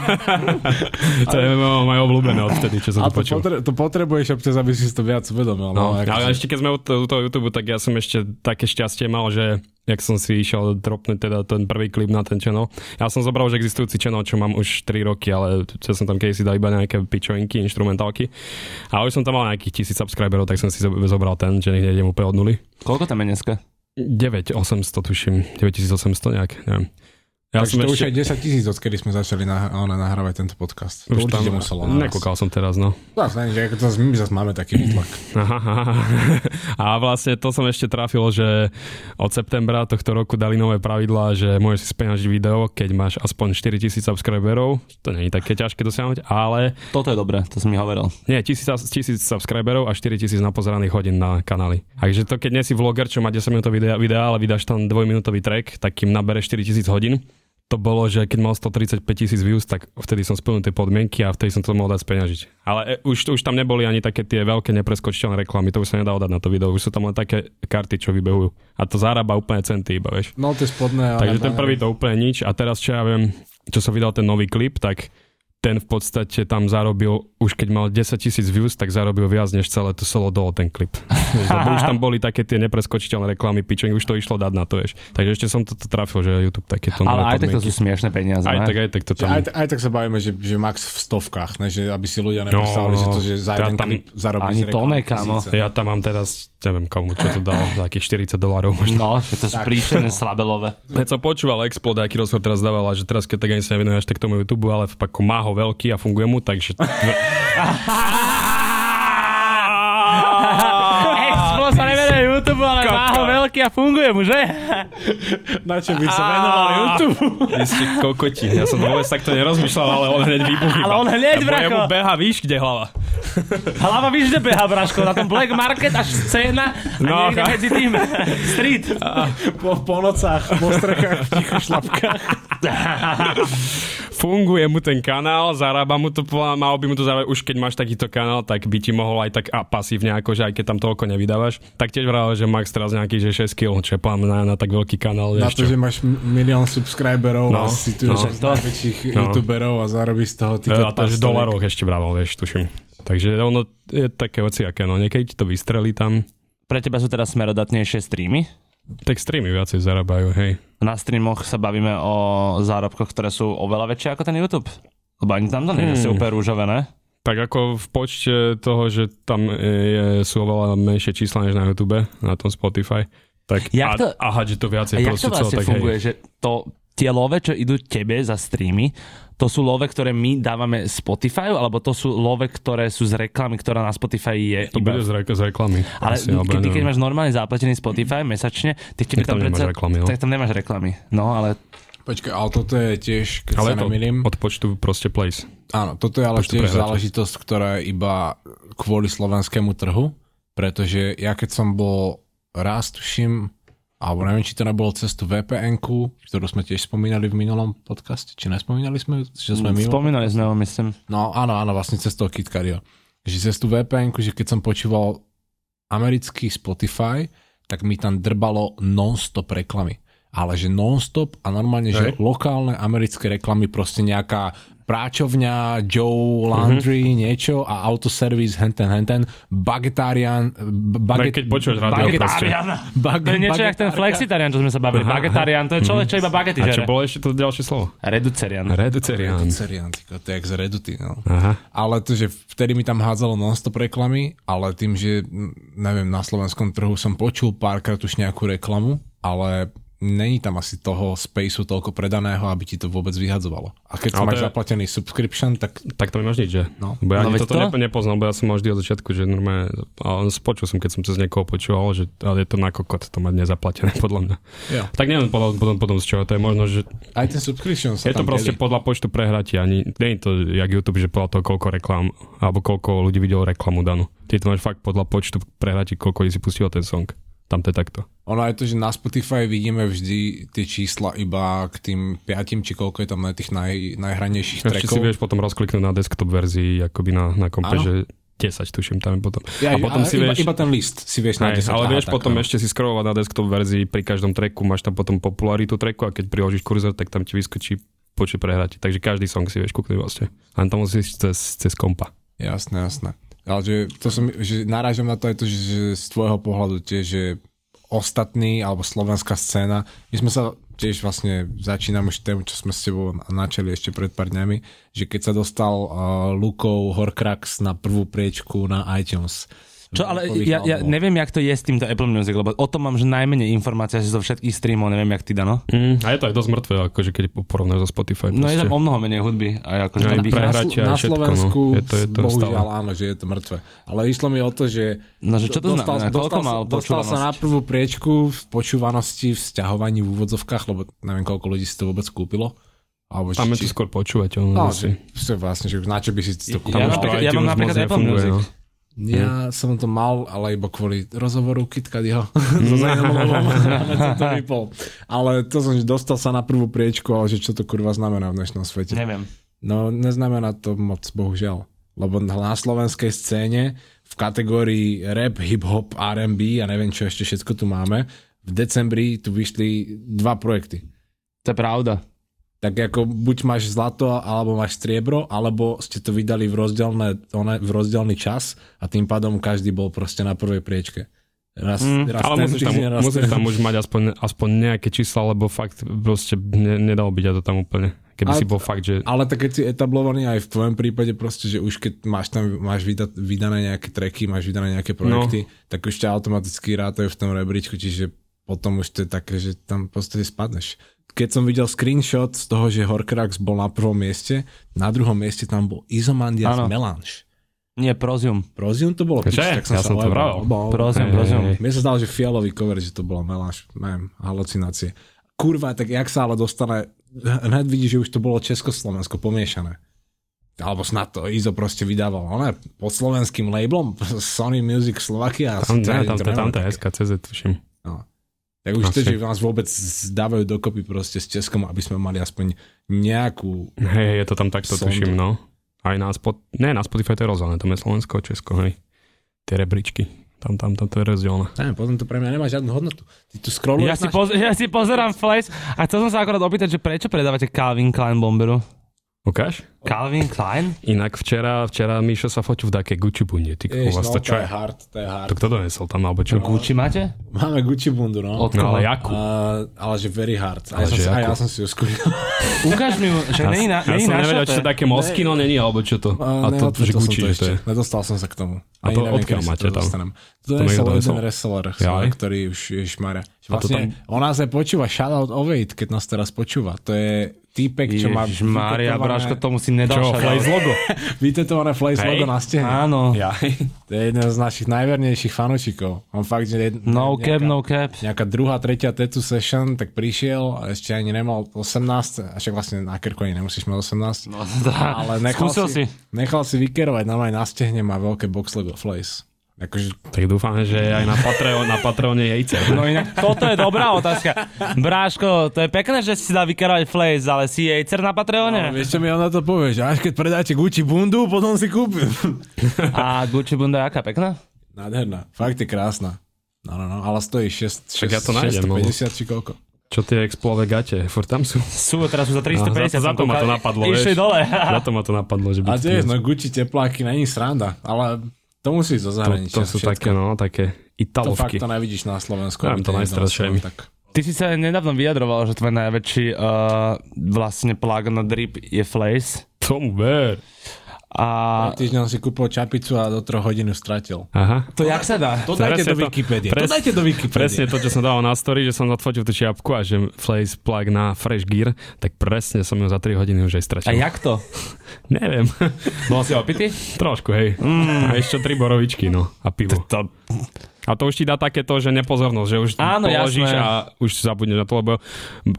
[SPEAKER 3] to je moje obľúbené odvtedy, čo som
[SPEAKER 1] A
[SPEAKER 3] to
[SPEAKER 1] No, to,
[SPEAKER 3] počul.
[SPEAKER 1] potre- to potrebuješ občas, aby si si to viac uvedomil.
[SPEAKER 3] No,
[SPEAKER 1] No, akože-
[SPEAKER 3] ale ešte keď sme u to- u toho YouTube, tak ja som ešte také šťastie mal, že jak som si išiel dropnúť teda ten prvý klip na ten channel. Ja som zobral už existujúci channel, čo mám už 3 roky, ale ja som tam kedysi dal iba nejaké pičovinky, instrumentálky. A už som tam mal nejakých tisíc subscriberov, tak som si zo- zobral ten, že niekde idem úplne od nuly.
[SPEAKER 2] Koľko tam je dneska?
[SPEAKER 3] 9800 tuším, 9800 nejak, neviem. Ja
[SPEAKER 1] Takže to už aj 10 tisíc, odkedy sme začali nah- ona nahrávať tento podcast. To
[SPEAKER 3] už tam,
[SPEAKER 1] určite muselo nájsť.
[SPEAKER 3] nekúkal som teraz, no.
[SPEAKER 1] No, znamená, že ako to, my zase máme taký výtlak.
[SPEAKER 3] Aha, aha. A vlastne to som ešte trafil, že od septembra tohto roku dali nové pravidlá, že môžeš si speňažiť video, keď máš aspoň 4000 subscriberov. To nie je také ťažké dosiahnuť, ale
[SPEAKER 2] Toto je dobré, to som mi hovoril.
[SPEAKER 3] nie, 1000, sub- 1000 subscriberov a 4000 napozeraných hodín na kanály. Takže to, keď nie si vloger, čo má 10 minútový videa, videa, ale vydáš tam dvojminútový track, tak kým nabere 4000 hodín, to bolo, že keď mal 135 tisíc views, tak vtedy som splnil tie podmienky a vtedy som to mohol dať speňažiť. Ale e, už, už tam neboli ani také tie veľké nepreskočiteľné reklamy, to už sa nedá dať na to video, už sú tam len také karty, čo vybehujú. A to zarába úplne centy iba, vieš.
[SPEAKER 1] No, tie spodné. ale-
[SPEAKER 3] Takže ten prvý to úplne nič a teraz čo ja viem, čo som vydal ten nový klip, tak ten v podstate tam zarobil, už keď mal 10 tisíc views, tak zarobil viac než celé to solo dolo ten klip. Vieš, Lebo už tam boli také tie nepreskočiteľné reklamy, pičoň, už to išlo dať na to, vieš. Takže ešte som toto trafil, že YouTube takéto
[SPEAKER 2] Ale
[SPEAKER 3] nové
[SPEAKER 2] aj tak to sú
[SPEAKER 3] podmienky.
[SPEAKER 2] smiešne peniaze.
[SPEAKER 3] Aj
[SPEAKER 2] ne?
[SPEAKER 3] tak, aj tak to
[SPEAKER 1] Že
[SPEAKER 3] tam...
[SPEAKER 1] Aj, aj, tak sa bavíme, že, že max v stovkách, ne? že aby si ľudia nepredstavili,
[SPEAKER 3] No,
[SPEAKER 1] že
[SPEAKER 3] no.
[SPEAKER 1] to, že za
[SPEAKER 3] Ja
[SPEAKER 1] jeden
[SPEAKER 3] tam-
[SPEAKER 1] klip zarobíš
[SPEAKER 2] ani
[SPEAKER 1] reklamu
[SPEAKER 2] to ne, kámo.
[SPEAKER 1] tisíce.
[SPEAKER 3] Ja tam mám teraz, neviem komu, čo to dalo, za akých 40 dolárov možno.
[SPEAKER 2] No, že to sú príšerné slabelové.
[SPEAKER 3] Keď som počúval Explod, aký rozhovor teraz dávala, že teraz keď tak ani sa nevenuje až tak tomu YouTube, ale pak má ho veľký a funguje mu, takže...
[SPEAKER 2] Explo sa nevenuje YouTube, ale má ho veľký a funguje mu, že?
[SPEAKER 1] Na čo by sa venoval YouTube?
[SPEAKER 3] Vy ste kokoti. Ja som vôbec takto nerozmýšľal, ale on hneď vybuchne.
[SPEAKER 2] Ale on hneď,
[SPEAKER 3] Jemu
[SPEAKER 2] bracho.
[SPEAKER 3] beha, víš, kde hlava.
[SPEAKER 2] Hlava víš, že beha, braško, na tom black market až scéna a
[SPEAKER 3] No,
[SPEAKER 2] niekde
[SPEAKER 3] a-
[SPEAKER 2] medzi tým street.
[SPEAKER 1] Po, po nocách, po strechách, v ticho šlapkách.
[SPEAKER 3] Funguje mu ten kanál, zarába mu to, podľa- malo by mu to zarábať. Už keď máš takýto kanál, tak by ti mohol aj tak a pasívne, akože aj keď tam toľko nevydávaš. Tak tiež vral, že Max teraz nejaký, že 6 kg, čo je plán na, na tak veľký kanál.
[SPEAKER 1] Na
[SPEAKER 3] Vieš,
[SPEAKER 1] to,
[SPEAKER 3] čo?
[SPEAKER 1] že máš m- milión subscriberov no, a
[SPEAKER 3] No,
[SPEAKER 1] si tu no,
[SPEAKER 3] no.
[SPEAKER 1] z najväčších no. youtuberov a zarobíš z toho týchto
[SPEAKER 3] E, A to až v dolaroch ešte brával, vieš, tuším. Takže ono je také ociaké, no niekedy ti to vystrelí tam,
[SPEAKER 2] Pre teba sú teraz smerodatnejšie streamy?
[SPEAKER 3] tak streamy viacej zarábajú, hej.
[SPEAKER 2] Na streamoch sa bavíme o zárobkoch, ktoré sú oveľa väčšie ako ten YouTube. Lebo ani tam to nie je asi
[SPEAKER 3] Hmm.
[SPEAKER 2] úplne rúžové, ne?
[SPEAKER 3] Tak ako v počte toho, že tam je, sú oveľa menšie čísla než na YouTube, na tom Spotify, tak
[SPEAKER 2] Jak
[SPEAKER 3] a,
[SPEAKER 2] to-
[SPEAKER 3] aha, že to viacej
[SPEAKER 2] A jak
[SPEAKER 3] proste
[SPEAKER 2] to vlastne
[SPEAKER 3] tak
[SPEAKER 2] funguje,
[SPEAKER 3] hej.
[SPEAKER 2] že to, tie love, čo idú tebe za streamy, to sú love, ktoré my dávame Spotify, alebo to sú love, ktoré sú z reklamy, ktorá na Spotify je
[SPEAKER 3] To
[SPEAKER 2] iba...
[SPEAKER 3] bude z, re- z reklamy.
[SPEAKER 2] Ale
[SPEAKER 3] asi, alebo
[SPEAKER 2] keď, ty, keď
[SPEAKER 3] neviem.
[SPEAKER 2] máš normálne zaplatený Spotify mesačne, tak tebe
[SPEAKER 3] Tak
[SPEAKER 2] tam,
[SPEAKER 3] tam nemáš
[SPEAKER 2] predsa...
[SPEAKER 3] reklamy, no.
[SPEAKER 2] tak tam nemáš reklamy. No, ale
[SPEAKER 1] Počkaj, ale toto je tiež, keď
[SPEAKER 3] ale
[SPEAKER 1] ale sa
[SPEAKER 3] je to
[SPEAKER 1] nemýlim.
[SPEAKER 3] od počtu proste plays.
[SPEAKER 1] Áno, toto je ale
[SPEAKER 3] Počtu
[SPEAKER 1] tiež
[SPEAKER 3] prehráčov.
[SPEAKER 1] záležitosť, ktorá je iba kvôli slovenskému trhu, pretože ja keď som bol raz, tuším, alebo neviem, či to nebolo cez tú vpn ktorú sme tiež spomínali v minulom podcaste, či nespomínali sme, ju? že
[SPEAKER 2] Mm,
[SPEAKER 1] sme mimo?
[SPEAKER 2] spomínali sme ho, myslím.
[SPEAKER 1] No áno, áno, vlastne cez toho KitKadio. Že cez tú vpn že keď som počúval americký Spotify, tak mi tam drbalo non-stop reklamy. Ale že non-stop a normálne, že
[SPEAKER 3] Hej.
[SPEAKER 1] lokálne americké reklamy, proste nejaká práčovňa, Joe Laundry,
[SPEAKER 3] Mhm.
[SPEAKER 1] mm-hmm. niečo a autoservis, henten, henten, bagetarian, b-
[SPEAKER 3] Tak
[SPEAKER 1] baget,
[SPEAKER 3] keď počuješ rádio proste.
[SPEAKER 2] Bagetarian.
[SPEAKER 1] Bag-
[SPEAKER 2] To je niečo jak ten
[SPEAKER 1] bagetárka.
[SPEAKER 2] flexitarian, čo sme sa bavili. Bagetarian, to je človek, čo iba bagety
[SPEAKER 3] Mhm. A čo
[SPEAKER 2] žere.
[SPEAKER 3] bolo ešte to ďalšie slovo?
[SPEAKER 2] Reducerian.
[SPEAKER 3] Reducerian.
[SPEAKER 1] Serián, ty ko- to je jak z Reduty, no.
[SPEAKER 3] Aha.
[SPEAKER 1] Ale to, že vtedy mi tam hádzalo non-stop reklamy, ale tým, že mm, neviem, na slovenskom trhu som počul párkrát už nejakú reklamu, ale není tam asi toho spaceu toľko predaného, aby ti to vôbec vyhadzovalo. A keď
[SPEAKER 3] Ale to
[SPEAKER 1] máš
[SPEAKER 3] je-
[SPEAKER 1] zaplatený subscription, tak
[SPEAKER 3] Tak to nemáš nič, že?
[SPEAKER 1] No.
[SPEAKER 3] Bo ja
[SPEAKER 2] No
[SPEAKER 3] ani
[SPEAKER 2] veď
[SPEAKER 3] toto
[SPEAKER 2] to?
[SPEAKER 3] nepo- nepoznám, bo ja som mal vždy od začiatku, že normálne, a počul som, keď som cez niekoho počúval, že ale je to na kokot, to má nezaplatené, podľa mňa.
[SPEAKER 1] Jo.
[SPEAKER 3] Tak neviem potom, potom, potom z čoho, to je možno, že
[SPEAKER 1] aj ten subscription sa
[SPEAKER 3] je
[SPEAKER 1] tam
[SPEAKER 3] to
[SPEAKER 1] delí.
[SPEAKER 3] proste podľa počtu prehratí, ani nie je to jak YouTube, že podľa toho, koľko reklám, alebo koľko ľudí videlo reklamu danú. Ty to máš fakt podľa počtu prehratí, koľko ľudí si pustilo ten song. To tam to je takto.
[SPEAKER 1] Ono je to, že na Spotify vidíme vždy tie čísla iba k tým piatim, či koľko je tam na tých naj, najhranejších
[SPEAKER 3] Ešte si
[SPEAKER 1] trackov.
[SPEAKER 3] vieš potom rozkliknúť na desktop verzii, akoby na, na kompe,
[SPEAKER 1] Áno.
[SPEAKER 3] že 10 tuším tam je potom.
[SPEAKER 1] Ja,
[SPEAKER 3] a potom si
[SPEAKER 1] iba,
[SPEAKER 3] vieš,
[SPEAKER 1] iba ten list si vieš
[SPEAKER 3] Hej,
[SPEAKER 1] nájsť.
[SPEAKER 3] ale vieš, potom ešte si scrollovať na desktop verzii pri každom tracku, máš tam potom popularitu tracku a keď priložíš kurzor, tak tam ti vyskočí počet prehratí. Takže každý song si vieš kúknuť vlastne. Len to musíš cez, cez kompa.
[SPEAKER 1] Jasné, jasné. Ale že, to som, že narážam na to aj to, že, že z tvojho pohľadu tie, že ostatní, alebo slovenská scéna, my sme sa tiež vlastne, začínam už tému, čo sme s tebou načali ešte pred pár dňami, že keď sa dostal uh, Lukov Horcrux na prvú priečku na iTunes.
[SPEAKER 2] Čo, ale
[SPEAKER 1] Rapových
[SPEAKER 2] ja, ja
[SPEAKER 1] albumov.
[SPEAKER 2] neviem, jak to je s týmto Apple Music, lebo o tom mám že najmenej informácií asi zo všetkých streamov, neviem, jak ty, Dano.
[SPEAKER 3] Mm. A je to aj dosť mŕtve, akože keď porovnáš so Spotify.
[SPEAKER 2] No je tam
[SPEAKER 3] proste. No,
[SPEAKER 2] o mnoho menej hudby. A akože
[SPEAKER 3] Aj
[SPEAKER 2] tam
[SPEAKER 3] na
[SPEAKER 2] vychádza-
[SPEAKER 3] prehrať
[SPEAKER 1] Slo-
[SPEAKER 3] a
[SPEAKER 1] na
[SPEAKER 3] všetko,
[SPEAKER 1] Slovensku,
[SPEAKER 3] no. Je to- je to
[SPEAKER 1] bohužiaľ
[SPEAKER 3] stále.
[SPEAKER 1] áno, že je to mŕtve. Ale išlo mi o to, že
[SPEAKER 2] No, že čo to
[SPEAKER 1] dostal,
[SPEAKER 2] znamená?
[SPEAKER 1] dostal,
[SPEAKER 2] Koľko mal
[SPEAKER 1] sa- dostal sa
[SPEAKER 2] počúvanosť?
[SPEAKER 1] na prvú priečku v počúvanosti, v sťahovaní v úvodzovkách, lebo neviem, koľko ľudí si to vôbec kúpilo. Alebo
[SPEAKER 3] Tam je
[SPEAKER 1] či,
[SPEAKER 3] to
[SPEAKER 1] či,
[SPEAKER 3] skôr počúvateľné.
[SPEAKER 1] no,
[SPEAKER 3] asi.
[SPEAKER 1] že, že vlastne, že na čo by si to
[SPEAKER 2] Ja
[SPEAKER 1] kúpil?
[SPEAKER 2] mám
[SPEAKER 3] už to
[SPEAKER 2] napríklad- ja mám
[SPEAKER 3] iTunes moc
[SPEAKER 2] napríklad Apple
[SPEAKER 3] nefunguje,
[SPEAKER 2] Music.
[SPEAKER 3] no.
[SPEAKER 1] Ja som to mal, ale iba kvôli rozhovoru Kitkadyho so
[SPEAKER 3] Mm.
[SPEAKER 1] Zajnomolovom. to vypol. Ale to som, že dostal sa na prvú priečku, ale že čo to kurva znamená v dnešnom svete.
[SPEAKER 2] Neviem.
[SPEAKER 1] No neznamená to moc, bohužiaľ. Lebo na slovenskej scéne v kategórii rap, hip-hop, R&B a neviem čo ešte všetko tu máme, v decembri tu vyšli dva projekty.
[SPEAKER 2] To je pravda.
[SPEAKER 1] Tak ako buď máš zlato, alebo máš striebro, alebo ste to vydali v, rozdielne, one, v rozdielný čas a tým pádom každý bol proste na prvej priečke. Raz, mm, raz
[SPEAKER 3] Ale
[SPEAKER 1] ten
[SPEAKER 3] musíš tam,
[SPEAKER 1] týždeň, raz
[SPEAKER 3] musíš
[SPEAKER 1] ten-
[SPEAKER 3] tam už mať aspoň, aspoň nejaké čísla, lebo fakt proste ne, nedalo byť ja to tam úplne. Keby
[SPEAKER 1] Ale-
[SPEAKER 3] si bol fakt, že
[SPEAKER 1] Ale tak keď si etablovaný aj v tvojom prípade proste, že už keď máš tam máš vyda, vydané nejaké tracky, máš vydané nejaké projekty, no. tak už ťa automaticky rátajú v tom rebríčku, čiže potom už to je také, že tam proste spadneš. Keď som videl screenshot z toho, že Horcrux bol na prvom mieste, na druhom mieste tam bol Izomandias
[SPEAKER 2] Áno.
[SPEAKER 1] Melange.
[SPEAKER 2] Nie, Prozium.
[SPEAKER 1] Prozium to bolo?
[SPEAKER 3] Že? Ja som to vravel.
[SPEAKER 2] Prozium,
[SPEAKER 3] Hej,
[SPEAKER 2] Prozium.
[SPEAKER 3] hej, hej.
[SPEAKER 1] Mne sa zdalo, že fialový cover, že to bola meláš, neviem, halucinácie. Kurva, tak jak sa ale dostane, hned vidí, že už to bolo Československo pomiešané. Alebo snad to Izo proste vydával, ale pod slovenským labelom Sony Music Slovakia. to
[SPEAKER 3] tam, tam,
[SPEAKER 1] je-
[SPEAKER 3] tam,
[SPEAKER 1] to
[SPEAKER 3] tam, tam,
[SPEAKER 1] nemá
[SPEAKER 3] tam,
[SPEAKER 1] také.
[SPEAKER 3] SKCZ tuším.
[SPEAKER 1] No. Tak už to,
[SPEAKER 3] Asi.
[SPEAKER 1] že nás vôbec dávajú dokopy proste s Českom, aby sme mali aspoň nejakú...
[SPEAKER 3] Hej, hej, je to tam takto,
[SPEAKER 1] Sondu.
[SPEAKER 3] tuším, no. Aj na Spot... Ne, na Spotify to je rozdielne, tam je Slovensko, Česko, hej. Tie rebríčky. Tam, tam, tam to je rozdielne.
[SPEAKER 1] Neviem, potom to pre mňa nemá žiadnu hodnotu. Ty tu scrolluješ
[SPEAKER 2] Ja si,
[SPEAKER 1] na-
[SPEAKER 2] poz- ja si pozerám Flash a chcel som sa akorát opýtať, že prečo predávate Calvin Klein bomberu?
[SPEAKER 3] Ukáž?
[SPEAKER 2] Calvin Klein?
[SPEAKER 3] Inak včera, včera Mišo sa fotil v takej Gucci bunde. Ty
[SPEAKER 1] Ježiš,
[SPEAKER 3] Jež, vás
[SPEAKER 1] no,
[SPEAKER 3] to čo
[SPEAKER 1] to
[SPEAKER 3] je?
[SPEAKER 1] je hard, to je hard.
[SPEAKER 3] To kto donesol tam, alebo čo? No,
[SPEAKER 2] Gucci máte?
[SPEAKER 1] Máme Gucci bundu, no.
[SPEAKER 2] Od
[SPEAKER 3] no
[SPEAKER 2] koho?
[SPEAKER 3] ale jakú?
[SPEAKER 1] Uh, ale že very hard. A ja,
[SPEAKER 3] Ale
[SPEAKER 1] som,
[SPEAKER 3] že
[SPEAKER 1] si- a
[SPEAKER 3] ako?
[SPEAKER 1] ja som si ju skúšal.
[SPEAKER 2] Ukáž mi, ju, že není na,
[SPEAKER 3] ja
[SPEAKER 2] není
[SPEAKER 3] som
[SPEAKER 2] na
[SPEAKER 3] nevedel, či to
[SPEAKER 2] šape.
[SPEAKER 3] také Moskino není, alebo čo to.
[SPEAKER 1] A,
[SPEAKER 3] A, to,
[SPEAKER 1] neotvoril
[SPEAKER 3] že
[SPEAKER 1] som
[SPEAKER 3] Gucci, že to je.
[SPEAKER 1] ešte. Nedostal som sa k tomu.
[SPEAKER 3] A
[SPEAKER 1] Ani
[SPEAKER 3] to
[SPEAKER 1] neviem,
[SPEAKER 3] odkiaľ
[SPEAKER 1] kedy sa
[SPEAKER 3] máte tam?
[SPEAKER 1] dostanem. To
[SPEAKER 3] niekto
[SPEAKER 1] je jeden
[SPEAKER 3] donesol?
[SPEAKER 1] reseller,
[SPEAKER 3] Jaj.
[SPEAKER 1] ktorý už ježišmarja. Že
[SPEAKER 3] A to
[SPEAKER 1] Vlastne, on nás aj počúva, shoutout Ovejt, keď nás teraz počúva. To je týpek, čo má
[SPEAKER 2] Mária,
[SPEAKER 1] vytetované-
[SPEAKER 2] Braško, tomu si nedal
[SPEAKER 3] Čo, Flaze logo?
[SPEAKER 1] vytetované Flaze
[SPEAKER 3] Hej.
[SPEAKER 1] logo na stehne.
[SPEAKER 2] Áno.
[SPEAKER 1] Ja. To je jeden z našich najvernejších fanúšikov. On fakt, že... jed-
[SPEAKER 2] No
[SPEAKER 1] nejaká-
[SPEAKER 2] cap, no cap.
[SPEAKER 1] nejaká druhá, tretia tetu session, tak prišiel a ešte ani nemal 18, a však vlastne na krkoni nemusíš mať 18. No,
[SPEAKER 2] Dá.
[SPEAKER 1] ale nechal
[SPEAKER 2] Skúsil si.
[SPEAKER 1] si, nechal si vykerovať, na aj na stehne má veľké box logo Flace. Akože,
[SPEAKER 3] Tak dúfam, že aj na, Patreon, na Patreone jejce.
[SPEAKER 2] No inak, toto je dobrá otázka. Bráško, to je pekné, že si dá vykerovať Flaze, ale si jejcer na
[SPEAKER 3] No,
[SPEAKER 2] Patreone?
[SPEAKER 1] vieš čo mi ona to povie, že až keď predáte Gucci bundu, potom si kúpim.
[SPEAKER 2] A Gucci bunda je aká pekná?
[SPEAKER 1] Nádherná, fakt je krásna. No, no, no, ale stojí 6, 6
[SPEAKER 3] Však ja to nájdem, no.
[SPEAKER 1] 650 či koľko.
[SPEAKER 3] Čo tie explove gate, furt tam sú.
[SPEAKER 2] Sú, teraz sú za 350.
[SPEAKER 3] Za, za
[SPEAKER 2] som
[SPEAKER 3] to ma to
[SPEAKER 2] koľko-
[SPEAKER 3] napadlo,
[SPEAKER 2] Išli
[SPEAKER 3] vieš.
[SPEAKER 2] dole.
[SPEAKER 3] Za to ma to napadlo, že by
[SPEAKER 1] A
[SPEAKER 3] to
[SPEAKER 1] tiež, no Gucci tepláky není sranda, ale to musí ísť zo
[SPEAKER 3] To,
[SPEAKER 1] zahraničia.
[SPEAKER 3] to sú
[SPEAKER 1] všetko.
[SPEAKER 3] také, no, také
[SPEAKER 1] to fakt
[SPEAKER 3] italovky.
[SPEAKER 1] to nevidíš na Slovensku. aby
[SPEAKER 3] Neviem, to
[SPEAKER 1] ti nedalo
[SPEAKER 3] najstrašie
[SPEAKER 1] slovo,
[SPEAKER 3] mi.
[SPEAKER 1] tak-
[SPEAKER 2] Ty si sa nedávno vyjadroval, že tvoj najväčší uh, vlastne plug na drip je Flaze.
[SPEAKER 3] Tomu ver.
[SPEAKER 2] A
[SPEAKER 1] A týždeň si kúpil čapicu a do troch hodín ju stratil.
[SPEAKER 3] Aha.
[SPEAKER 2] to jak sa dá?
[SPEAKER 1] To
[SPEAKER 3] Presne
[SPEAKER 1] dajte do
[SPEAKER 3] to-
[SPEAKER 1] Wikipédie. To
[SPEAKER 3] pres-
[SPEAKER 1] dajte do Wikipédie.
[SPEAKER 3] Presne to, čo som dal na story, že som odfotil tú čiapku a že Flaze plug na Fresh Gear, tak presne som ju za 3 hodiny
[SPEAKER 2] A
[SPEAKER 3] už aj stratil.
[SPEAKER 2] jak to?
[SPEAKER 3] Neviem.
[SPEAKER 2] Bol si opitý?
[SPEAKER 3] Trošku, hej. Mm. A ešte tri borovičky, no. A pivo.
[SPEAKER 2] To,
[SPEAKER 3] A A to už ti dá takéto, že nepozornosť, že už
[SPEAKER 2] Áno,
[SPEAKER 3] položíš
[SPEAKER 2] jasné.
[SPEAKER 3] a už zabudneš na to, lebo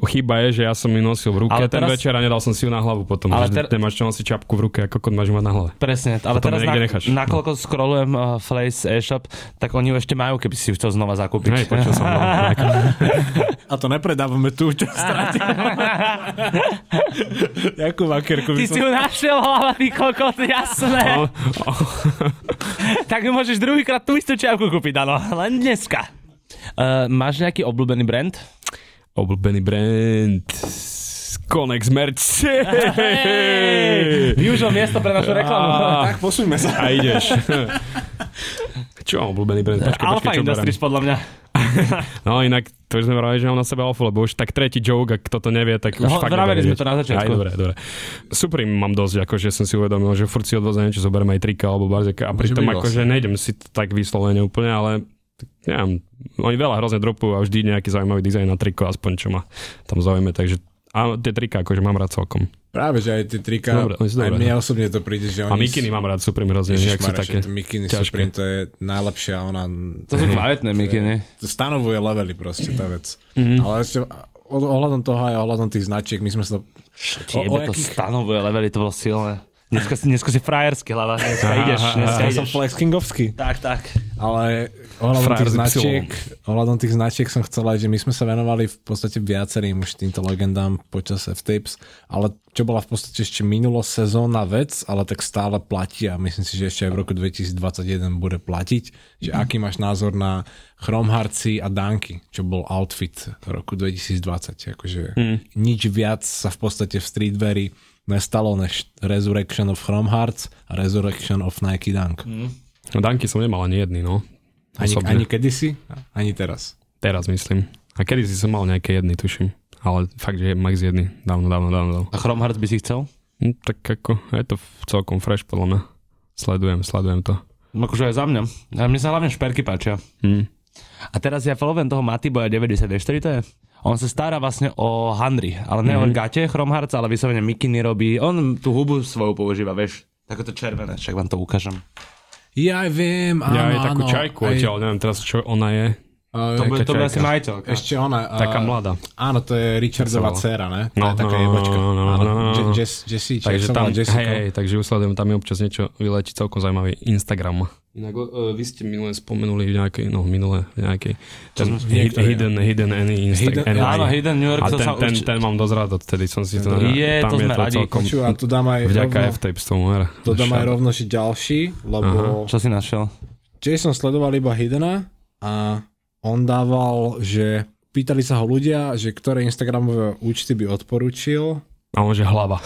[SPEAKER 3] chyba je, že ja som ju nosil v ruke
[SPEAKER 2] Ale
[SPEAKER 3] ale ten
[SPEAKER 2] teraz-
[SPEAKER 3] večer a nedal som si ju na hlavu potom.
[SPEAKER 2] Ale
[SPEAKER 3] Ale
[SPEAKER 2] ter-
[SPEAKER 3] ter... nemáš čo nosiť čapku v ruke, ako kod máš ju mať na hlave.
[SPEAKER 2] Presne, ale
[SPEAKER 3] Potom
[SPEAKER 2] teraz
[SPEAKER 3] niekde
[SPEAKER 2] na,
[SPEAKER 3] necháš.
[SPEAKER 2] nakoľko scrollujem uh, Flace e-shop, tak oni ju ešte majú, keby si ju chcel znova zakúpiť.
[SPEAKER 3] Hej, počul som. no.
[SPEAKER 1] A to nepredávame tu, čo stratil. Ďakujem, Akerku.
[SPEAKER 2] Ty si ju našiel, hlava, ty kokot, jasné.
[SPEAKER 3] O- o-
[SPEAKER 2] tak môžeš druhýkrát tú istú čiapku kúpiť, áno, len dneska. Uh, máš nejaký obľúbený brand?
[SPEAKER 3] Obľúbený brand. Konex Merch.
[SPEAKER 2] Hej! Využil miesto pre našu reklamu.
[SPEAKER 1] Tak, posuňme sa.
[SPEAKER 3] A ideš. Čo mám obľúbený brand? Počkaj,
[SPEAKER 2] Alpha
[SPEAKER 3] počkaj, čo
[SPEAKER 2] Industries, podľa mňa.
[SPEAKER 3] berem. No inak, to už sme vravili, že mám na sebe alfa, lebo už tak tretí joke, ak kto to nevie, tak už
[SPEAKER 2] Ho-
[SPEAKER 3] fakt
[SPEAKER 2] vraveli
[SPEAKER 3] nebude
[SPEAKER 2] sme to na začiatku.
[SPEAKER 3] Aj, dobre, dobre. Supreme mám dosť, akože som si uvedomil, že furt si odvozené, čo zoberiem aj trika alebo barzeka a pritom
[SPEAKER 1] by bol
[SPEAKER 3] akože nejdem si to tak vyslovene úplne, ale tak neviem, oni veľa hrozne dropujú a vždy nejaký zaujímavý dizajn na triko, aspoň čo ma tam zaujme, takže a tie trika akože mám rád celkom.
[SPEAKER 1] Práve, že aj tie trika,
[SPEAKER 3] Dobre, oni sú
[SPEAKER 1] aj
[SPEAKER 3] dobré,
[SPEAKER 1] mne osobne to príde, že
[SPEAKER 3] A
[SPEAKER 1] oni...
[SPEAKER 3] mikiny mám rád, Supreme hrozne, že
[SPEAKER 1] Ježiš,
[SPEAKER 3] ak sú
[SPEAKER 1] také
[SPEAKER 3] také.
[SPEAKER 1] mikiny
[SPEAKER 3] ťažké.
[SPEAKER 1] Supreme, to je najlepšia, ona
[SPEAKER 2] To sú kvalitné mikiny. Mhm.
[SPEAKER 1] to stanovuje levely proste tá vec. Ale ešte o- ohľadom toho aj ohľadom tých značiek, my sme sa... O- o
[SPEAKER 2] Tiebe to
[SPEAKER 1] jakých-
[SPEAKER 2] stanovuje levely, to bolo silné. Dneska, si- dneska si frajersky hlava, dneska ideš, dneska
[SPEAKER 1] Ja som
[SPEAKER 2] ideš.
[SPEAKER 1] Flex Kingovský.
[SPEAKER 2] Tak, tak.
[SPEAKER 1] Ale ohľadom
[SPEAKER 3] Frajer
[SPEAKER 1] tých,
[SPEAKER 3] s Y.
[SPEAKER 1] značiek, ohľadom tých značiek som chcel aj, že my sme sa venovali v podstate viacerým už týmto legendám počas F-Tapes, ale čo bola v podstate ešte minulo sezónna vec, ale tak stále platí a myslím si, že ešte aj v roku 2021 bude platiť, že
[SPEAKER 3] Mhm.
[SPEAKER 1] aký máš názor na Chromharci a Danky, čo bol outfit roku 2020, akože
[SPEAKER 3] Mhm.
[SPEAKER 1] nič viac sa v podstate v streetweari nestalo než Resurrection of Chromhearts a Resurrection of Nike Dunk.
[SPEAKER 3] No danky som nemal ani jedný, no.
[SPEAKER 1] Ani,
[SPEAKER 3] Osobne.
[SPEAKER 1] ani kedysi, ani teraz.
[SPEAKER 3] Teraz myslím. A kedy si som mal nejaké jedny, tuším. Ale fakt, že je max jedny. Dávno, dávno, dávno. dávno.
[SPEAKER 2] A Chromheart by si chcel?
[SPEAKER 3] Hm, tak ako, je to f- celkom fresh podľa mňa. Sledujem, sledujem to.
[SPEAKER 2] No Akože aj za mňa. A mne sa hlavne šperky páčia.
[SPEAKER 3] Hm.
[SPEAKER 2] A teraz ja followujem toho Matiboja 90, vieš, ktorý to je? On sa stará vlastne o Henry, ale ne mm-hmm. o gate Chromharca, ale vyslovene mikiny robí. On tú hubu svoju používa, vieš. Takéto červené, však vám to ukážem.
[SPEAKER 1] Ja aj viem, áno,
[SPEAKER 3] Ja aj takú
[SPEAKER 1] áno,
[SPEAKER 3] čajku
[SPEAKER 1] aj-
[SPEAKER 3] odtiaľ, neviem teraz, čo ona je.
[SPEAKER 1] Aj-
[SPEAKER 2] To bude, to bude
[SPEAKER 3] čajka.
[SPEAKER 2] asi majiteľka.
[SPEAKER 1] Ešte ona.
[SPEAKER 3] Taká
[SPEAKER 1] eh,
[SPEAKER 3] mladá.
[SPEAKER 1] Áno, to je Richardova
[SPEAKER 3] Tak sa volá.
[SPEAKER 1] dcéra, ne? To
[SPEAKER 3] No,
[SPEAKER 1] je taká
[SPEAKER 3] no, no,
[SPEAKER 1] jebočka.
[SPEAKER 3] no, no,
[SPEAKER 1] Áno,
[SPEAKER 3] no, no, no.
[SPEAKER 1] Je- Jess- Jessica, jak
[SPEAKER 3] Takže
[SPEAKER 1] sa volá,
[SPEAKER 3] tam,
[SPEAKER 1] Jessica.
[SPEAKER 3] hej, hej, takže usledujem, tam je občas niečo vyletí celkom zaujímavý Instagram. Inak uh, vy ste minule spomenuli v nejakej, no minule v nejakej, ten hid,
[SPEAKER 1] niektoré.
[SPEAKER 3] hidden, hidden any
[SPEAKER 1] Hidden-
[SPEAKER 3] Instagram.
[SPEAKER 2] Áno, Hidden New York,
[SPEAKER 3] A
[SPEAKER 2] to
[SPEAKER 3] ten,
[SPEAKER 2] sa
[SPEAKER 3] ten,
[SPEAKER 2] určite-
[SPEAKER 3] ten, mám dosť rád odtedy, som si to...
[SPEAKER 2] Je,
[SPEAKER 3] tam
[SPEAKER 2] to sme
[SPEAKER 3] je to
[SPEAKER 2] radi.
[SPEAKER 3] celkom,
[SPEAKER 1] Počúva, tu dám aj
[SPEAKER 3] Vďaka
[SPEAKER 1] rovno,
[SPEAKER 3] F-Tapes tomu her.
[SPEAKER 1] to dám aj rovno, že ďalší, lebo
[SPEAKER 2] Čo si našiel?
[SPEAKER 1] Jason sledoval iba Hiddena a on dával, že pýtali sa ho ľudia, že ktoré Instagramové účty by odporučil.
[SPEAKER 3] A on že hlava.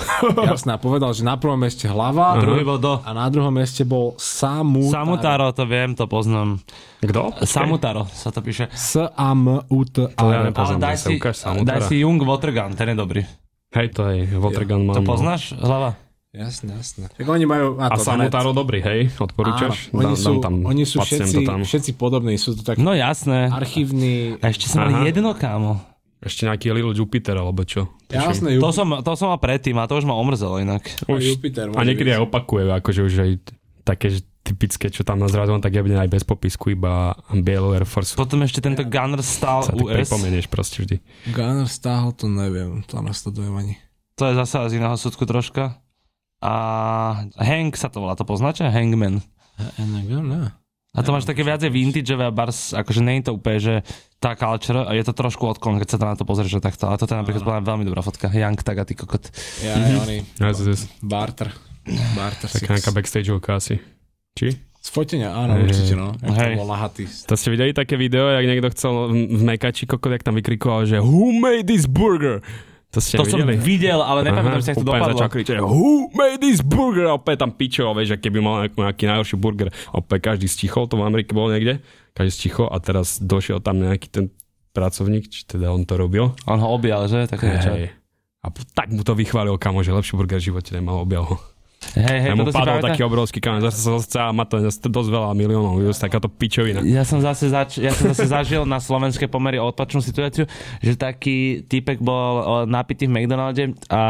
[SPEAKER 1] Jasná, povedal, že na prvom mieste hlava
[SPEAKER 2] Druhý bol do.
[SPEAKER 1] a na druhom mieste bol Samu.
[SPEAKER 2] Samutaro, to viem, to poznám.
[SPEAKER 3] Kto?
[SPEAKER 2] Samutaro sa to píše.
[SPEAKER 1] S-A-M-U-T-A.
[SPEAKER 3] ja
[SPEAKER 1] r
[SPEAKER 2] Ale
[SPEAKER 3] Poznám,
[SPEAKER 2] daj
[SPEAKER 3] ja sa
[SPEAKER 2] si,
[SPEAKER 3] ukáž Samutara.
[SPEAKER 2] daj si Jung Watergun, ten je dobrý.
[SPEAKER 3] Hej, to je Watergun mám.
[SPEAKER 2] To
[SPEAKER 3] no.
[SPEAKER 2] poznáš, hlava?
[SPEAKER 1] Jasne, jasne. Tak oni majú...
[SPEAKER 3] A
[SPEAKER 1] to
[SPEAKER 3] Samotaro dobrý, hej? Odporúčaš?
[SPEAKER 1] Áno, oni
[SPEAKER 3] Dám-
[SPEAKER 1] sú,
[SPEAKER 3] dám tam,
[SPEAKER 1] oni sú
[SPEAKER 3] pacnem
[SPEAKER 1] všetci,
[SPEAKER 3] to tam.
[SPEAKER 1] všetci podobní, sú to tak
[SPEAKER 2] No jasné.
[SPEAKER 1] archívni...
[SPEAKER 2] A ešte som mal
[SPEAKER 3] Aha.
[SPEAKER 2] jedno, kámo.
[SPEAKER 3] Ešte nejaký Little Jupiter, alebo čo? Tuším.
[SPEAKER 1] Jasné,
[SPEAKER 2] To
[SPEAKER 1] Ju-
[SPEAKER 2] som, to som mal predtým a to už ma omrzelo inak.
[SPEAKER 1] aj
[SPEAKER 3] Už,
[SPEAKER 1] Jupiter
[SPEAKER 3] a
[SPEAKER 1] môže
[SPEAKER 3] niekedy
[SPEAKER 1] byť.
[SPEAKER 3] aj opakuje, akože už aj také že typické, čo tam nazradom, tak jebne aj bez popisku, iba bielo Air Force.
[SPEAKER 2] Potom ešte tento Gunner Stal
[SPEAKER 3] Sa tak
[SPEAKER 2] US.
[SPEAKER 3] pripomenieš proste vždy.
[SPEAKER 1] Gunner stáhl, to neviem, to nasledujem ani.
[SPEAKER 2] To je zase z iného súdku troška. A Hank sa to volá, to poznáte? Hangman.
[SPEAKER 1] Neviem, ne.
[SPEAKER 2] A to máš také viacej vintageové a bars, akože nie je to úplne, že tá culture, a je to trošku odklon, keď sa tam na to pozrieš, že takto. Ale toto je napríklad bola veľmi dobrá fotka. Young tak a ty kokot.
[SPEAKER 1] Ja aj oni,
[SPEAKER 3] Ja, to je
[SPEAKER 1] barter. Barter
[SPEAKER 3] taká nejaká backstageovka asi. Či?
[SPEAKER 1] Z fotenia, áno, určite, no. Jak
[SPEAKER 2] Hej.
[SPEAKER 1] to bol nahatý.
[SPEAKER 3] To ste videli také video, jak niekto chcel v- v Mekači kokot, jak tam vykrikoval, že Who made this burger? To ste
[SPEAKER 2] To som
[SPEAKER 3] videli?
[SPEAKER 2] videl, ale nepamätám si, jak to
[SPEAKER 3] úplne
[SPEAKER 2] dopadlo.
[SPEAKER 3] začal kričať, who made this burger? A opäť tam pičoval, vieš, že keby mal nejaký, nejaký najhorší burger. A opäť každý stichol, to v Amerike bolo niekde, každý stichol a teraz došiel tam nejaký ten pracovník, či teda on to robil.
[SPEAKER 2] On ho objal, že? Také niečo.
[SPEAKER 3] Hej. A p- tak mu to vychválil kamo, že lepší burger v živote nemal objal ho.
[SPEAKER 2] Hej, hej,
[SPEAKER 3] Ja mu
[SPEAKER 2] toto si
[SPEAKER 3] padol
[SPEAKER 2] pamätáš?
[SPEAKER 3] taký obrovský kamen, zase sa zase má to zase dosť veľa miliónov, je takáto pičovina.
[SPEAKER 2] Ja som zase, zač- ja som zase zažil na slovenské pomery opačnú situáciu, že taký typek bol o, napitý v McDonalde a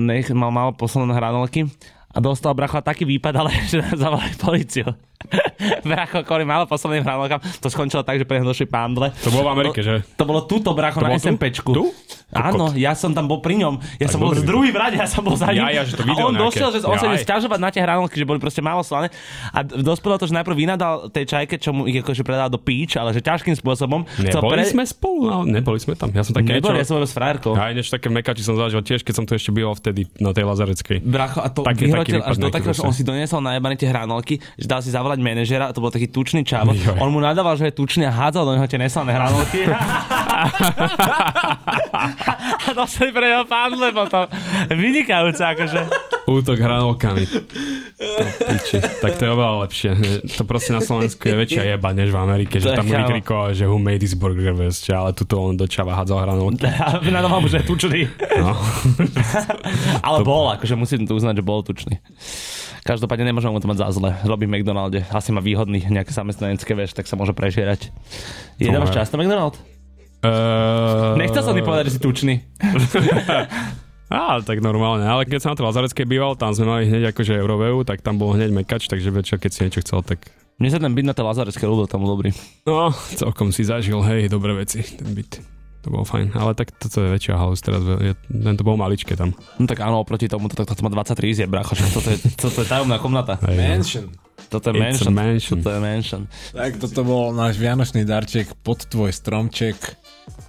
[SPEAKER 2] nech mal malo posledné hranolky a dostal bracho taký výpad, ale že zavolali policiu. bracho, ktorý mal posledným hranokám, to skončilo tak, že pre neho došli pandle.
[SPEAKER 3] To bolo v Amerike, že?
[SPEAKER 2] To bolo túto bracho
[SPEAKER 3] To
[SPEAKER 2] na
[SPEAKER 3] bolo tu?
[SPEAKER 2] SMPčku.
[SPEAKER 3] Tu?
[SPEAKER 2] Áno, ja som tam bol pri ňom. Ja som bol z
[SPEAKER 3] dobre videl.
[SPEAKER 2] druhý v rade, ja som bol za ním.
[SPEAKER 3] Ja, ja, že
[SPEAKER 2] a
[SPEAKER 3] to video
[SPEAKER 2] on
[SPEAKER 3] nejaké.
[SPEAKER 2] došiel, že on sa ide
[SPEAKER 3] Jaj.
[SPEAKER 2] sťažovať na tie hranolky, že boli proste málo slané. A d- dospelo to, že najprv vynadal tej čajke, čo mu ich akože predal do píč, ale že ťažkým spôsobom. chcel
[SPEAKER 3] Neboli sme spolu, ale neboli sme tam. Ja som také
[SPEAKER 2] Nebol, ja
[SPEAKER 3] niečo...
[SPEAKER 2] som bol s frajerkou.
[SPEAKER 3] Ja niečo také mekači som zažil tiež, keď som tu ešte býval vtedy na tej Lazareckej.
[SPEAKER 2] Bracho, a to
[SPEAKER 3] Taký-
[SPEAKER 2] vyhrotil
[SPEAKER 3] taký
[SPEAKER 2] až do
[SPEAKER 3] výpadný
[SPEAKER 2] takého, že on
[SPEAKER 3] proste.
[SPEAKER 2] si doniesol najebané tie hranolky, že dal si zavolať manažera, a to bol taký tučný čavo.
[SPEAKER 3] Joj.
[SPEAKER 2] On mu nadával, že je tučný a hádzal do neho tie neslané hranolky. a dostali pre neho pán, lebo to vynikajúce, akože.
[SPEAKER 3] Útok hranolkami. To piči. Tak to je oveľa lepšie. To proste na Slovensku je väčšia jeba než v Amerike, že
[SPEAKER 2] To je
[SPEAKER 3] tam mu
[SPEAKER 2] chámo.
[SPEAKER 3] vykrikoval, že who made this burger west, ale tuto on do čava hádzal hranolky.
[SPEAKER 2] A nadával mu, že je tučný.
[SPEAKER 3] No.
[SPEAKER 2] Ale bol, akože musím to uznať, že bol tučný. Každopádne nemôžem mu to mať za zle. Robí v McDonalde. Asi má výhodný nejaké zamestnanecké, vieš, tak sa môže prežierať. Jedávaš
[SPEAKER 3] Dobre.
[SPEAKER 2] často McDonald?
[SPEAKER 3] Uh,
[SPEAKER 2] Nechcel som ti povedať, že si tučný.
[SPEAKER 3] Á, tak normálne, ale keď som na to Lazareckej býval, tam sme mali hneď akože Euroveu, tak tam bol hneď mekač, takže večer, keď si niečo chcel, tak
[SPEAKER 2] Mne sa ten byt na tej Lazarecké ľudol tam bol dobrý.
[SPEAKER 3] No, celkom si zažil, hej, dobré veci, ten byt. To bolo fajn, ale tak toto je väčšia house teraz, je, ten to bol maličké tam.
[SPEAKER 2] No tak áno, oproti tomu, toto, toto má 23 izieb, bracho, že toto je, toto je tajomná komnata.
[SPEAKER 3] Hej, no.
[SPEAKER 1] Mansion.
[SPEAKER 2] Toto je
[SPEAKER 3] It's a
[SPEAKER 2] mansion.
[SPEAKER 3] mansion.
[SPEAKER 2] Toto je mansion.
[SPEAKER 1] Tak toto bol náš vianočný darček pod tvoj stromček.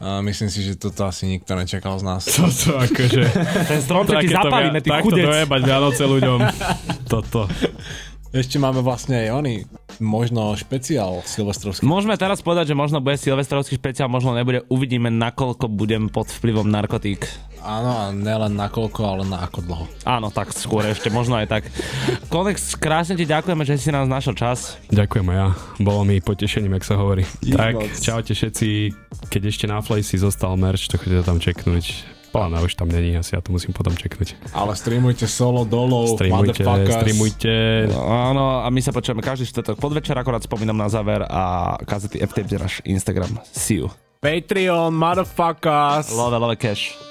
[SPEAKER 1] A myslím si, že toto asi nikto nečakal z nás.
[SPEAKER 3] toto akože,
[SPEAKER 2] Ten stromček ti
[SPEAKER 3] takéto
[SPEAKER 2] zapálime,
[SPEAKER 3] via-
[SPEAKER 2] ty
[SPEAKER 3] takto
[SPEAKER 2] chudec.
[SPEAKER 3] dojebať Vianoce ľuďom, toto.
[SPEAKER 1] Ešte máme vlastne aj oni, možno špeciál silvestrovský.
[SPEAKER 2] Môžeme teraz povedať, že možno bude silvestrovský špeciál, možno nebude. Uvidíme, nakoľko budem pod vplyvom narkotík.
[SPEAKER 1] Áno, a nielen na koľko, ale na ako dlho.
[SPEAKER 2] Áno, tak skôr ešte, možno aj tak. Konex, krásne ti ďakujeme, že si nás našiel čas.
[SPEAKER 3] Ďakujem aj ja, bolo mi potešením, jak sa hovorí.
[SPEAKER 1] Ich
[SPEAKER 3] tak,
[SPEAKER 1] moc.
[SPEAKER 3] čaute všetci, keď ešte na Flay si zostal merch, to chodite tam čeknúť. Pána už tam není, asi ja to musím potom čeknúť.
[SPEAKER 1] Ale streamujte solo dolov,
[SPEAKER 3] Streamujte,
[SPEAKER 1] Oh, motherfuckers.
[SPEAKER 3] streamujte.
[SPEAKER 2] Áno, a my sa počujeme každý štvrtok podvečer, akorát spomínam na záver a kazety FTP náš Instagram. See you.
[SPEAKER 1] Patreon, motherfuckers.
[SPEAKER 2] Love, love, cash.